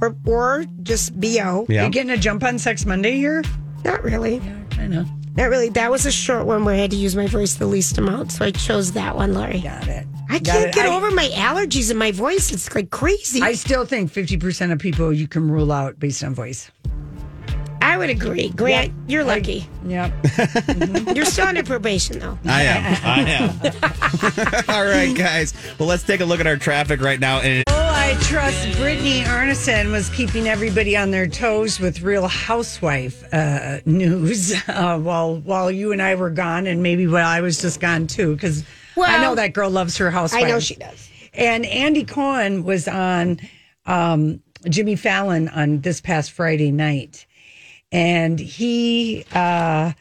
[SPEAKER 3] or, or just bo
[SPEAKER 1] Yeah.
[SPEAKER 2] Mm-hmm. You getting a jump on Sex Monday here?
[SPEAKER 3] not really
[SPEAKER 2] I know.
[SPEAKER 3] not really that was a short one where i had to use my voice the least amount so i chose that one laurie
[SPEAKER 2] Got it.
[SPEAKER 3] I
[SPEAKER 2] Got
[SPEAKER 3] can't
[SPEAKER 2] it.
[SPEAKER 3] get
[SPEAKER 2] I-
[SPEAKER 3] over my allergies and my voice. It's like crazy.
[SPEAKER 2] I
[SPEAKER 3] I,
[SPEAKER 2] still think 50% of people you can rule out based on voice.
[SPEAKER 3] would agree. Grant, you're lucky.
[SPEAKER 2] Yep.
[SPEAKER 3] You're still under probation, though.
[SPEAKER 1] I am.
[SPEAKER 2] [laughs]
[SPEAKER 1] I am. [laughs] All right, guys. Well, let's take a look at our traffic right now. And
[SPEAKER 2] Oh, I trust Brittany Arneson was keeping everybody on their toes with Real Housewife uh, news [laughs] uh, while while you and I were gone, and maybe while I was just gone too, because I
[SPEAKER 3] Well,
[SPEAKER 2] know that girl loves her housewife.
[SPEAKER 3] I know she does.
[SPEAKER 2] And Andy Cohen was on um, Jimmy Fallon on this past Friday night, and he uh,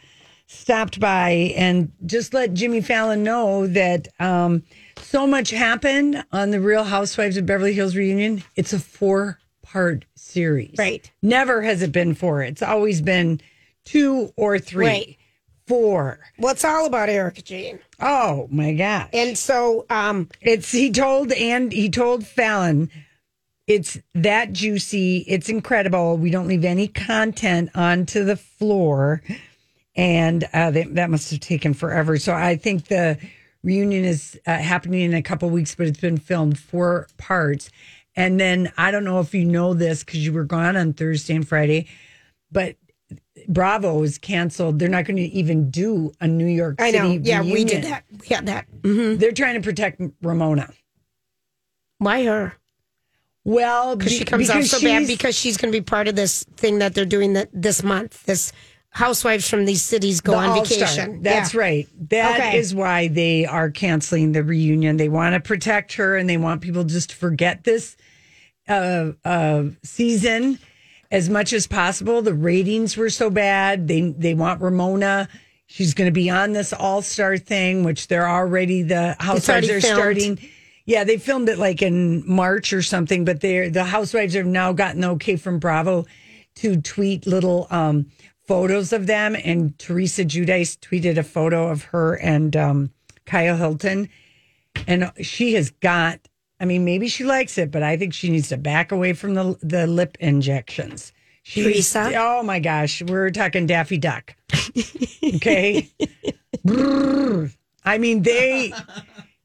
[SPEAKER 2] stopped by and just let Jimmy Fallon know that um, so much happened on the Real Housewives of Beverly Hills reunion. It's a four part series.
[SPEAKER 3] Right.
[SPEAKER 2] Never has it been four. It's always been two or three.
[SPEAKER 3] Right.
[SPEAKER 2] Four.
[SPEAKER 3] [laughs] Well, it's all about Erica Jane.
[SPEAKER 2] Oh my gosh.
[SPEAKER 3] And so, um,
[SPEAKER 2] It's he told and he told Fallon, it's that juicy, it's incredible. We don't leave any content onto the floor, and uh, that that must have taken forever. So I think the reunion is uh, happening in a couple weeks, but it's been filmed four parts. And then I don't know if you know this because you were gone on Thursday and Friday, but Bravo is canceled. They're not going to even do a New York
[SPEAKER 3] I
[SPEAKER 2] City.
[SPEAKER 3] know. Yeah, we
[SPEAKER 2] reunion.
[SPEAKER 3] did that. We had that.
[SPEAKER 2] They're trying to protect Ramona.
[SPEAKER 3] Why her?
[SPEAKER 2] Well,
[SPEAKER 3] Because
[SPEAKER 2] be-
[SPEAKER 3] she comes off so bad
[SPEAKER 2] she's-
[SPEAKER 3] because she's going to be part of this thing that they're doing that this month. This housewives from these cities go
[SPEAKER 2] the
[SPEAKER 3] on
[SPEAKER 2] All-Star.
[SPEAKER 3] vacation.
[SPEAKER 2] That's
[SPEAKER 3] Yeah.
[SPEAKER 2] right. That is
[SPEAKER 3] Okay.
[SPEAKER 2] why they are canceling the reunion. They want to protect her and they want people just to forget this uh, uh, season as much as possible. The ratings were so bad. They they want Ramona. She's going to be on this All Star thing, which they're already the Housewives
[SPEAKER 3] already
[SPEAKER 2] are
[SPEAKER 3] filmed.
[SPEAKER 2] starting. Yeah, they filmed it like in March or something, but they're the Housewives have now gotten the okay from Bravo to tweet little um, photos of them. And Teresa Judice tweeted a photo of her and um, Kyle Hilton, and she has got. I mean, maybe she likes it, but I think she needs to back away from the the lip injections. She's,
[SPEAKER 3] Teresa?
[SPEAKER 2] oh my gosh, we're talking Daffy Duck. Okay. Brrr. I mean,
[SPEAKER 3] [laughs]
[SPEAKER 2] they,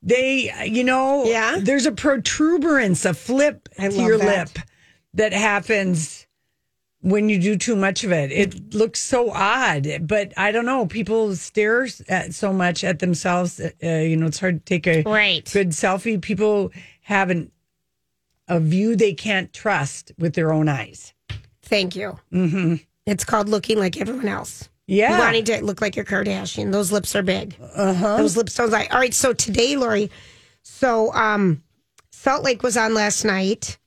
[SPEAKER 2] they, you know,
[SPEAKER 3] Yeah.
[SPEAKER 2] There's a protuberance, a flip
[SPEAKER 3] I
[SPEAKER 2] to
[SPEAKER 3] love
[SPEAKER 2] your
[SPEAKER 3] that.
[SPEAKER 2] lip that happens when you do too much of it. It looks so odd, but I don't know. People stare at so much at themselves. Uh, you know, it's hard to take a
[SPEAKER 3] Right.
[SPEAKER 2] good selfie. People have an, a view they can't trust with their own eyes.
[SPEAKER 3] Thank you. Mm-hmm. It's called looking like everyone else.
[SPEAKER 2] Yeah.
[SPEAKER 3] Wanting to look like your Kardashian. Those lips are big. Uh-huh. Those lips don't lie. All right. So today, Lori, so um, Salt Lake was on last night.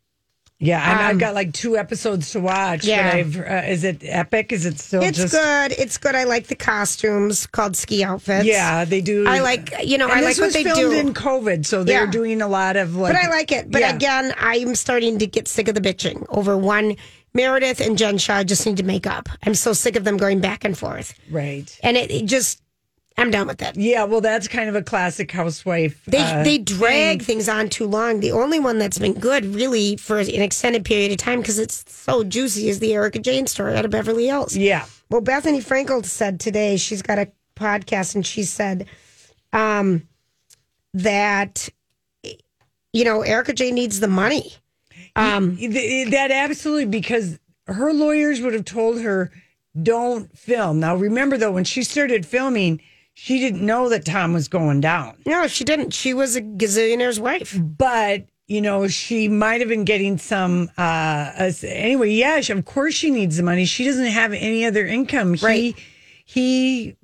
[SPEAKER 2] Yeah, and I've got like two episodes to watch.
[SPEAKER 3] Um, Yeah.
[SPEAKER 2] but I've, uh, is it epic? Is it still
[SPEAKER 3] It's
[SPEAKER 2] Oh, just?
[SPEAKER 3] good. It's good. I like the costumes called ski outfits.
[SPEAKER 2] Yeah, they do.
[SPEAKER 3] I like, you know,
[SPEAKER 2] And
[SPEAKER 3] Oh, I
[SPEAKER 2] this
[SPEAKER 3] like what
[SPEAKER 2] was
[SPEAKER 3] they
[SPEAKER 2] filmed
[SPEAKER 3] do.
[SPEAKER 2] in COVID, so they're
[SPEAKER 3] Yeah.
[SPEAKER 2] doing a lot of like.
[SPEAKER 3] But
[SPEAKER 2] [clears throat]
[SPEAKER 3] I like it. But
[SPEAKER 2] Yeah.
[SPEAKER 3] again, I'm starting to get sick of the bitching over one. Meredith and Jen Shaw just need to make up. I'm so sick of them going back and forth.
[SPEAKER 2] right.
[SPEAKER 3] And it, it just, I'm done with it.
[SPEAKER 2] Yeah, well, that's kind of a classic housewife.
[SPEAKER 3] They,
[SPEAKER 2] uh,
[SPEAKER 3] they drag things on too long. The only one that's been good, really, for an extended period of time, because it's so juicy, is the Erica Jane story out of Beverly Hills.
[SPEAKER 2] yeah,
[SPEAKER 3] Well, Bethany Frankel said today she's got a podcast and she said um, that, you know, Erica Jane needs the money. Um,
[SPEAKER 2] Th- that absolutely because her lawyers would have told her don't film. Now remember though, when she started filming, she didn't know that Tom was going down.
[SPEAKER 3] no, she didn't. She was a gazillionaire's wife.
[SPEAKER 2] but you know she might have been getting some uh us- anyway yeah she, of course she needs the money she doesn't have any other income
[SPEAKER 3] Right.
[SPEAKER 2] he he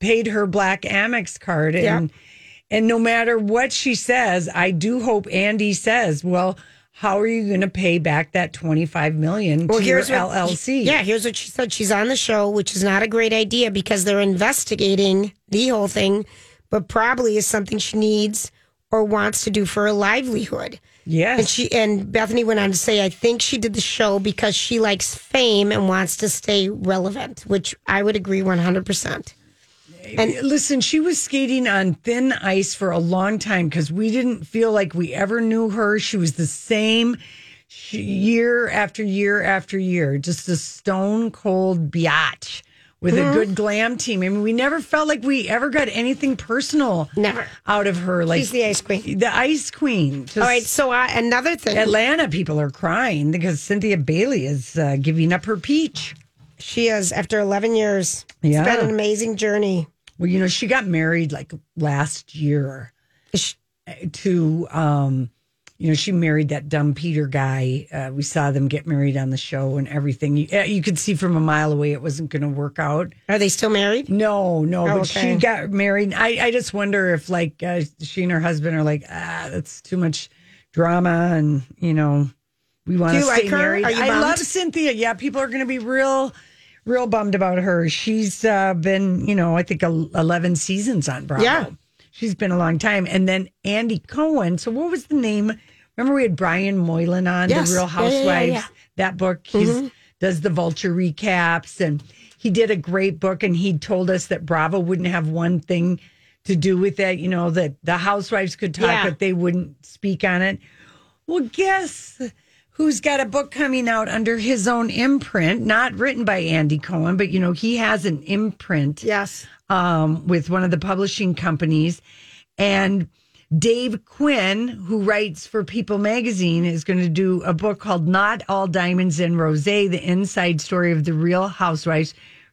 [SPEAKER 2] paid her black amex card and and no matter what she says i do hope andy says well how are you going to pay back that 25 million to your
[SPEAKER 3] what-
[SPEAKER 2] llc
[SPEAKER 3] Yeah, here's what she said. She's on the show, which is not a great idea because they're investigating the whole thing, but probably is something she needs or wants to do for a livelihood.
[SPEAKER 2] yes
[SPEAKER 3] And she and Bethany went on to say, I think she did the show because she likes fame and wants to stay relevant, which I would agree 100%.
[SPEAKER 2] Listen, she was skating on thin ice for a long time because we didn't feel like we ever knew her. She was the same she, year after year after year, just a stone cold biatch with
[SPEAKER 3] Hmm.
[SPEAKER 2] a good glam team. I mean, we never felt like we ever got anything personal
[SPEAKER 3] Never.
[SPEAKER 2] out of her. Like
[SPEAKER 3] She's the ice queen.
[SPEAKER 2] the ice queen. Just-
[SPEAKER 3] All right. So uh, another thing,
[SPEAKER 2] Atlanta people are crying because Cynthia Bailey is uh, giving up her peach.
[SPEAKER 3] she is after 11 years.
[SPEAKER 2] Yeah.
[SPEAKER 3] It's been an amazing journey.
[SPEAKER 2] Well, you know, she got married like last year
[SPEAKER 3] She-
[SPEAKER 2] to, um, you know, she married that dumb Peter guy. Uh, we saw them get married on the show and everything. You, uh, you could see from a mile away it wasn't going to work out.
[SPEAKER 3] Are they still married?
[SPEAKER 2] No, no,
[SPEAKER 3] Oh,
[SPEAKER 2] but
[SPEAKER 3] okay.
[SPEAKER 2] she got married. I, I just wonder if like uh, she and her husband are like, ah, that's too much drama, and you know, we want
[SPEAKER 3] Do
[SPEAKER 2] to
[SPEAKER 3] you
[SPEAKER 2] stay
[SPEAKER 3] like her?
[SPEAKER 2] married.
[SPEAKER 3] Are you
[SPEAKER 2] I love
[SPEAKER 3] bummed?
[SPEAKER 2] Cynthia. Yeah, people are going to be real, real bummed about her. She's uh, been, you know, I think el- eleven seasons on Bravo.
[SPEAKER 3] Yeah.
[SPEAKER 2] she's been a long time. And then Andy Cohen. So what was the name? Remember we had Brian Moylan on
[SPEAKER 3] Yes.
[SPEAKER 2] the Real
[SPEAKER 3] Yeah, yeah, yeah,
[SPEAKER 2] Housewives
[SPEAKER 3] yeah.
[SPEAKER 2] that book. He's does the vulture recaps and he did a great book and he told us that Bravo wouldn't have one thing to do with that, you know, that the housewives could talk,
[SPEAKER 3] Yeah.
[SPEAKER 2] but they wouldn't speak on it. Well, guess who's got a book coming out under his own imprint, not written by Andy Cohen, but you know, he has an imprint
[SPEAKER 3] Yes.
[SPEAKER 2] um, with one of the publishing companies. And Dave Quinn, who writes for People Magazine, is going to do a book called Not All Diamonds and Rose The Inside Story of the Real Housewives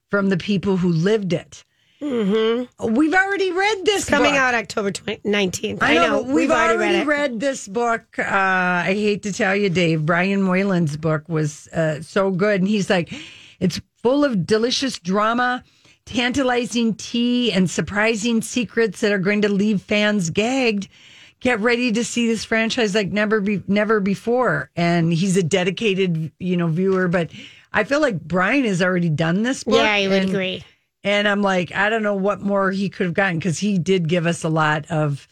[SPEAKER 2] from the People Who Lived It. Mm-hmm. We've already read this
[SPEAKER 3] Coming
[SPEAKER 2] book.
[SPEAKER 3] out October 20- 19th.
[SPEAKER 2] I know, but we've, already, read,
[SPEAKER 3] it.
[SPEAKER 2] this book. Uh, I hate to tell you, Dave, Brian Moylan's book was uh, so good. And he's like, it's full of delicious drama, tantalizing tea, and surprising secrets that are going to leave fans gagged. Get ready to see this franchise like never be, never before. And he's a dedicated, you know, viewer. But I feel like Brian has already done this book.
[SPEAKER 3] Yeah, I would
[SPEAKER 2] and-
[SPEAKER 3] agree.
[SPEAKER 2] and I'm like, I don't know what more he could have gotten because he did give us a lot of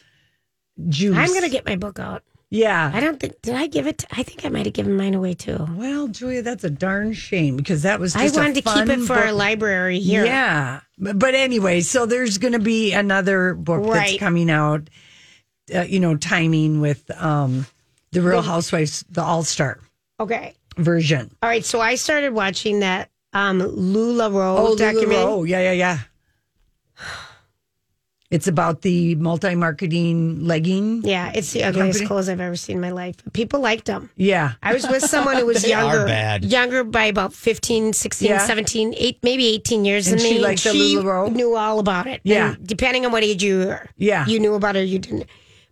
[SPEAKER 2] juice.
[SPEAKER 3] I'm going to get my book out. I
[SPEAKER 2] Yeah.
[SPEAKER 3] don't think, did I give it? to- I think I might have given mine away too.
[SPEAKER 2] Well, Julia, that's a darn shame because that was.
[SPEAKER 3] I
[SPEAKER 2] Just a
[SPEAKER 3] wanted to keep
[SPEAKER 2] fun
[SPEAKER 3] it for our
[SPEAKER 2] book.
[SPEAKER 3] library here.
[SPEAKER 2] Yeah, but, but anyway, so there's going to be another book that's
[SPEAKER 3] Right.
[SPEAKER 2] coming out. Uh, you know, timing with um, the Real Housewives, the All Star
[SPEAKER 3] Okay.
[SPEAKER 2] version.
[SPEAKER 3] All right. So I started watching that um, Lula Rowe documentary.
[SPEAKER 2] Oh, yeah, yeah, yeah. It's about the multi-marketing legging.
[SPEAKER 3] Yeah, it's the ugliest
[SPEAKER 2] Company?
[SPEAKER 3] clothes I've ever seen in my life. People liked them.
[SPEAKER 2] Yeah.
[SPEAKER 3] I was with someone who was
[SPEAKER 1] They are
[SPEAKER 3] younger,
[SPEAKER 1] bad.
[SPEAKER 3] younger by about 15, 16,
[SPEAKER 2] Yeah.
[SPEAKER 3] 17, eight, maybe 18 years
[SPEAKER 2] And
[SPEAKER 3] than
[SPEAKER 2] she
[SPEAKER 3] me.
[SPEAKER 2] liked the
[SPEAKER 3] she
[SPEAKER 2] LuLaRoe?
[SPEAKER 3] knew all about it.
[SPEAKER 2] Yeah.
[SPEAKER 3] And depending on what age you were,
[SPEAKER 2] Yeah.
[SPEAKER 3] you knew about it or you didn't.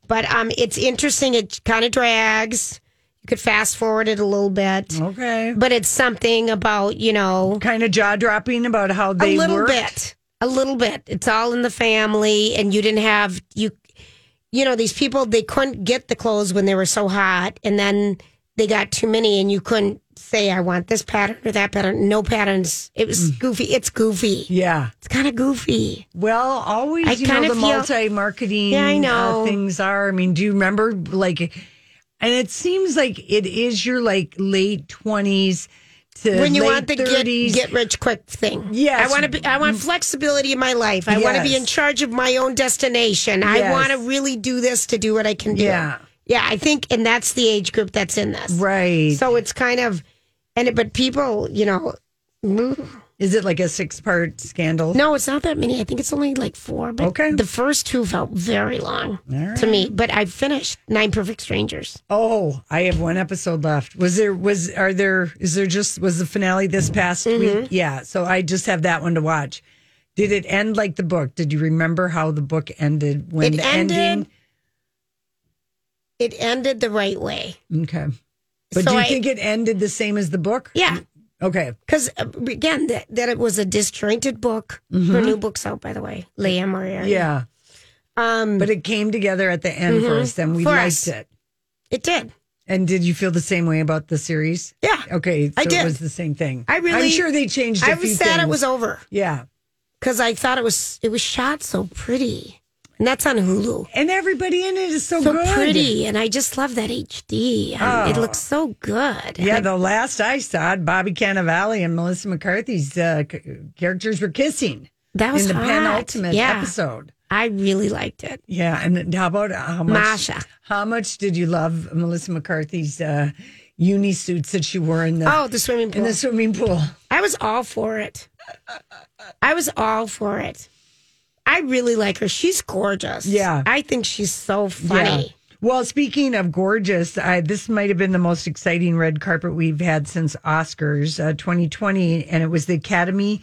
[SPEAKER 3] But um, it's interesting. It kind of drags. You could fast forward it a little bit.
[SPEAKER 2] Oh. Okay.
[SPEAKER 3] But it's something about, you know,
[SPEAKER 2] kind of jaw dropping about how they
[SPEAKER 3] a little
[SPEAKER 2] worked.
[SPEAKER 3] bit a little bit it's all in the family and you didn't have you you know these people they couldn't get the clothes when they were so hot and then they got too many and you couldn't say i want this pattern or that pattern no patterns it was
[SPEAKER 2] Mm.
[SPEAKER 3] goofy it's goofy
[SPEAKER 2] Yeah.
[SPEAKER 3] it's kind of goofy
[SPEAKER 2] Well, always
[SPEAKER 3] I
[SPEAKER 2] you know the
[SPEAKER 3] kinda feel-
[SPEAKER 2] multi marketing
[SPEAKER 3] Yeah, I know.
[SPEAKER 2] things are. I mean, do you remember like and it seems like it is your like late twenties to
[SPEAKER 3] when you
[SPEAKER 2] late
[SPEAKER 3] want the
[SPEAKER 2] 30s.
[SPEAKER 3] get, get rich quick thing
[SPEAKER 2] Yes. Mm.
[SPEAKER 3] i want to be i want flexibility in my life i want to be
[SPEAKER 2] Yes.
[SPEAKER 3] in charge of my own destination i
[SPEAKER 2] Yes.
[SPEAKER 3] want to really do this to do what i can do
[SPEAKER 2] Yeah.
[SPEAKER 3] yeah i think and that's the age group that's in this
[SPEAKER 2] Right.
[SPEAKER 3] So it's kind of, and it, but people, you know,
[SPEAKER 2] is it like a six part scandal?
[SPEAKER 3] no, it's not that many. I think it's only like four. But
[SPEAKER 2] Okay.
[SPEAKER 3] The first two felt very long
[SPEAKER 2] All
[SPEAKER 3] to me, but I finished Nine Perfect Strangers.
[SPEAKER 2] Oh, I have one episode left. Was there was are there is there just was the finale this past
[SPEAKER 3] Mm-hmm.
[SPEAKER 2] week? Yeah. So I just have that one to watch. Did it end like the book? Did you remember how the book ended when
[SPEAKER 3] It
[SPEAKER 2] the
[SPEAKER 3] ended-
[SPEAKER 2] ending?
[SPEAKER 3] It ended the right way.
[SPEAKER 2] Okay. But
[SPEAKER 3] So
[SPEAKER 2] do you
[SPEAKER 3] I-
[SPEAKER 2] think it ended the same as the book?
[SPEAKER 3] Yeah.
[SPEAKER 2] Okay.
[SPEAKER 3] Because uh, again, that, that it was a disjointed book. Her new book's out, by the way, Leah Maria.
[SPEAKER 2] Yeah.
[SPEAKER 3] Um,
[SPEAKER 2] But it came together at the end for us, and we
[SPEAKER 3] Mm-hmm. For
[SPEAKER 2] liked
[SPEAKER 3] us.
[SPEAKER 2] it.
[SPEAKER 3] it did.
[SPEAKER 2] And did you feel the same way about the series?
[SPEAKER 3] Yeah.
[SPEAKER 2] Okay. So
[SPEAKER 3] I
[SPEAKER 2] It
[SPEAKER 3] did.
[SPEAKER 2] was the same thing.
[SPEAKER 3] I really-
[SPEAKER 2] I'm sure they changed. I
[SPEAKER 3] I was sad it was over
[SPEAKER 2] Yeah.
[SPEAKER 3] because I thought it was it was shot so pretty, and that's on Hulu.
[SPEAKER 2] And everybody in it is so,
[SPEAKER 3] So
[SPEAKER 2] good.
[SPEAKER 3] pretty, and I just love that HD. Um, It looks so good.
[SPEAKER 2] Yeah, the last I saw it, Bobby Cannavale and Melissa McCarthy's uh, c- characters were kissing
[SPEAKER 3] That was
[SPEAKER 2] in the
[SPEAKER 3] hot.
[SPEAKER 2] penultimate
[SPEAKER 3] yeah.
[SPEAKER 2] episode.
[SPEAKER 3] I really liked it.
[SPEAKER 2] Yeah, and then how about uh, how much?
[SPEAKER 3] Masha.
[SPEAKER 2] How much did you love Melissa McCarthy's uh, uni suits that she wore in the
[SPEAKER 3] Oh, the swimming pool.
[SPEAKER 2] in the swimming pool?
[SPEAKER 3] I was all for it. I was all for it. I really like her. She's gorgeous.
[SPEAKER 2] Yeah.
[SPEAKER 3] I think she's so funny.
[SPEAKER 2] Well, speaking of gorgeous, I, this might have been the most exciting red carpet we've had since Oscars uh, 2020, and it was the Academy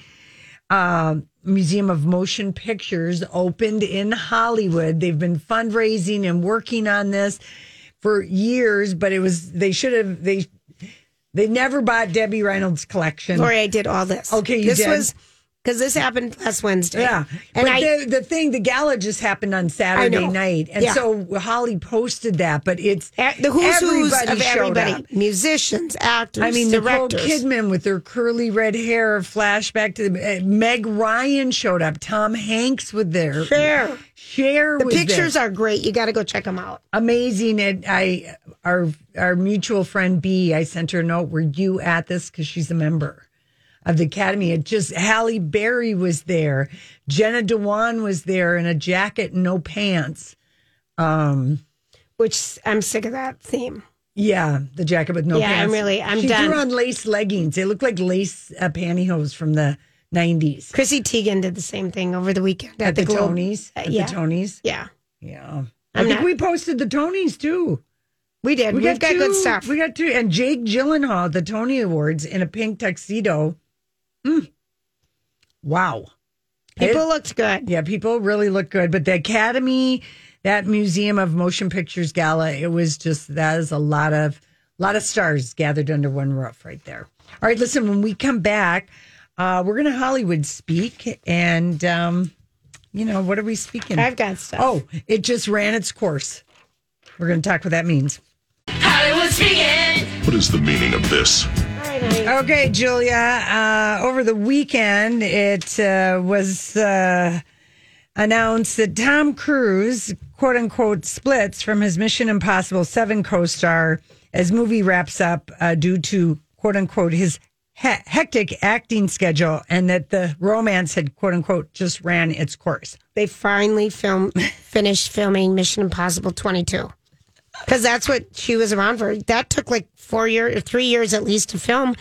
[SPEAKER 2] uh, Museum of Motion Pictures opened in Hollywood. They've been fundraising and working on this for years, but it was they should have they they never bought Debbie Reynolds' collection.
[SPEAKER 3] Lori, I did all this.
[SPEAKER 2] Okay, you
[SPEAKER 3] this
[SPEAKER 2] did.
[SPEAKER 3] was because this happened last Wednesday.
[SPEAKER 2] Yeah.
[SPEAKER 3] and
[SPEAKER 2] but
[SPEAKER 3] I
[SPEAKER 2] the, the thing, the gala just happened on Saturday
[SPEAKER 3] know.
[SPEAKER 2] night. And
[SPEAKER 3] Yeah.
[SPEAKER 2] so Holly posted that, but it's
[SPEAKER 3] at e, the who's who's of
[SPEAKER 2] everybody showed
[SPEAKER 3] everybody,
[SPEAKER 2] up.
[SPEAKER 3] musicians, actors,
[SPEAKER 2] I mean,
[SPEAKER 3] directors.
[SPEAKER 2] Nicole Kidman with her curly red hair, flashback to the, uh, Meg Ryan showed up. Tom Hanks with their
[SPEAKER 3] Cher.
[SPEAKER 2] Cher
[SPEAKER 3] the
[SPEAKER 2] was there.
[SPEAKER 3] pictures are great. You got to go check them out.
[SPEAKER 2] amazing. And I, our our mutual friend B, I sent her a note. Were you at this? Because she's a member of the academy. It just Halle Berry was there. Jenna Dewan was there in a jacket and no pants.
[SPEAKER 3] Which I'm sick of that theme.
[SPEAKER 2] Yeah, the jacket with no
[SPEAKER 3] Yeah, I'm
[SPEAKER 2] pants.
[SPEAKER 3] really- I'm
[SPEAKER 2] she
[SPEAKER 3] done.
[SPEAKER 2] threw on lace leggings. They look like lace uh, pantyhose from the '90s
[SPEAKER 3] Chrissy Teigen did the same thing over the weekend at,
[SPEAKER 2] at the,
[SPEAKER 3] Globe.
[SPEAKER 2] Tonys.
[SPEAKER 3] Uh,
[SPEAKER 2] At
[SPEAKER 3] yeah.
[SPEAKER 2] the Tonys.
[SPEAKER 3] Yeah,
[SPEAKER 2] Yeah. i
[SPEAKER 3] I'm
[SPEAKER 2] think
[SPEAKER 3] not-
[SPEAKER 2] we posted the Tonys too.
[SPEAKER 3] we did. We have got, good
[SPEAKER 2] two-
[SPEAKER 3] stuff.
[SPEAKER 2] We got two. And Jake Gyllenhaal at the Tony Awards in a pink tuxedo. Mm. Wow.
[SPEAKER 3] People looked good.
[SPEAKER 2] Yeah, people really look good. But the Academy, that Museum of Motion Pictures Gala, it was just that is a lot of lot of stars gathered under one roof right there. All right, listen, when we come back, uh, we're gonna Hollywood speak and um, you know, what are we speaking?
[SPEAKER 3] I've got stuff.
[SPEAKER 2] Oh, it just ran its course. We're gonna talk what that means.
[SPEAKER 7] What is the meaning of this?
[SPEAKER 3] All right, honey.
[SPEAKER 2] Okay, Julia. Uh, over the weekend, it uh, was uh, announced that Tom Cruise, quote unquote, splits from his Mission Impossible 7 co star as movie wraps up uh, due to, quote unquote, his he- hectic acting schedule and that the romance had, quote unquote, just ran its course.
[SPEAKER 3] they finally film finished filming Mission Impossible 22 because that's what she was around for. That took like four years, three years at least to film,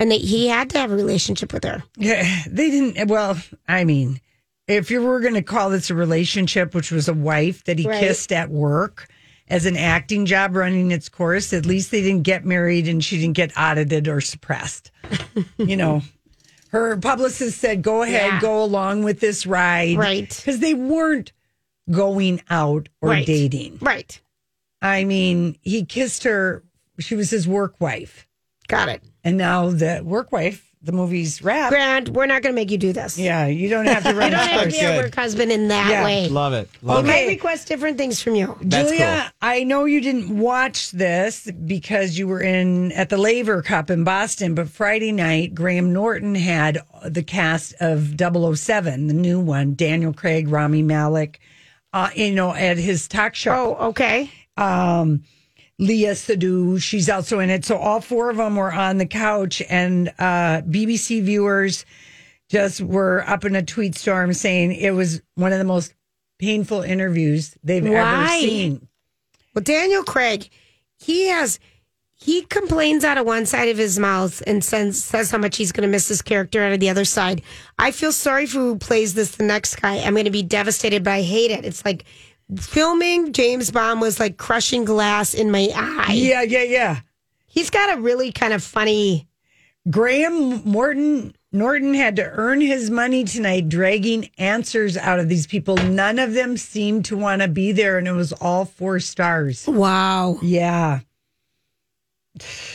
[SPEAKER 3] and that he had to have a relationship with her.
[SPEAKER 2] Yeah, [sighs] they didn't. Well, I mean, if you were going to call this a relationship, which was a wife that he
[SPEAKER 3] Right.
[SPEAKER 2] kissed at work as an acting job running its course, at least they didn't get married and she didn't get audited or
[SPEAKER 3] [laughs]
[SPEAKER 2] suppressed. you know, her publicist said, go ahead,
[SPEAKER 3] Yeah.
[SPEAKER 2] go along with this ride.
[SPEAKER 3] Right.
[SPEAKER 2] Because they weren't going out or
[SPEAKER 3] Right.
[SPEAKER 2] dating.
[SPEAKER 3] Right,
[SPEAKER 2] I mean, he kissed her. She was his work wife.
[SPEAKER 3] got it.
[SPEAKER 2] And now the work wife, the movie's wrapped.
[SPEAKER 3] Grant, we're not going to make you do this.
[SPEAKER 2] Yeah, you don't have to
[SPEAKER 3] [laughs]
[SPEAKER 2] run.
[SPEAKER 3] You don't have to
[SPEAKER 2] first.
[SPEAKER 3] be a work husband in that
[SPEAKER 2] Yeah.
[SPEAKER 3] way.
[SPEAKER 1] Love it. Love
[SPEAKER 2] Okay.
[SPEAKER 1] it.
[SPEAKER 3] I request different things from you.
[SPEAKER 1] That's
[SPEAKER 2] Julia, I know you didn't watch this because you were in at the Laver Cup in Boston, but Friday night Graham Norton had the cast of 007, the new one, Daniel Craig, Rami Malek, uh, you know, at his talk show.
[SPEAKER 3] Oh, okay.
[SPEAKER 2] Leah Sadu, she's also in it. So all four of them were on the couch, and uh, BBC viewers just were up in a tweet storm saying it was one of the most painful interviews they've ever
[SPEAKER 3] Why?
[SPEAKER 2] seen.
[SPEAKER 3] Well, Daniel Craig, he has he complains out of one side of his mouth and sends, says how much he's going to miss his character out of the other side. I feel sorry for who plays this the next guy. I'm going to be devastated, but I hate it. It's like filming James Bond was like crushing glass in my eye.
[SPEAKER 2] Yeah, yeah, yeah.
[SPEAKER 3] He's got a really kind of funny.
[SPEAKER 2] Graham Morton Norton had to earn his money tonight, dragging answers out of these people. None of them seemed to want to be there, and it was all four stars.
[SPEAKER 3] Wow.
[SPEAKER 2] Yeah,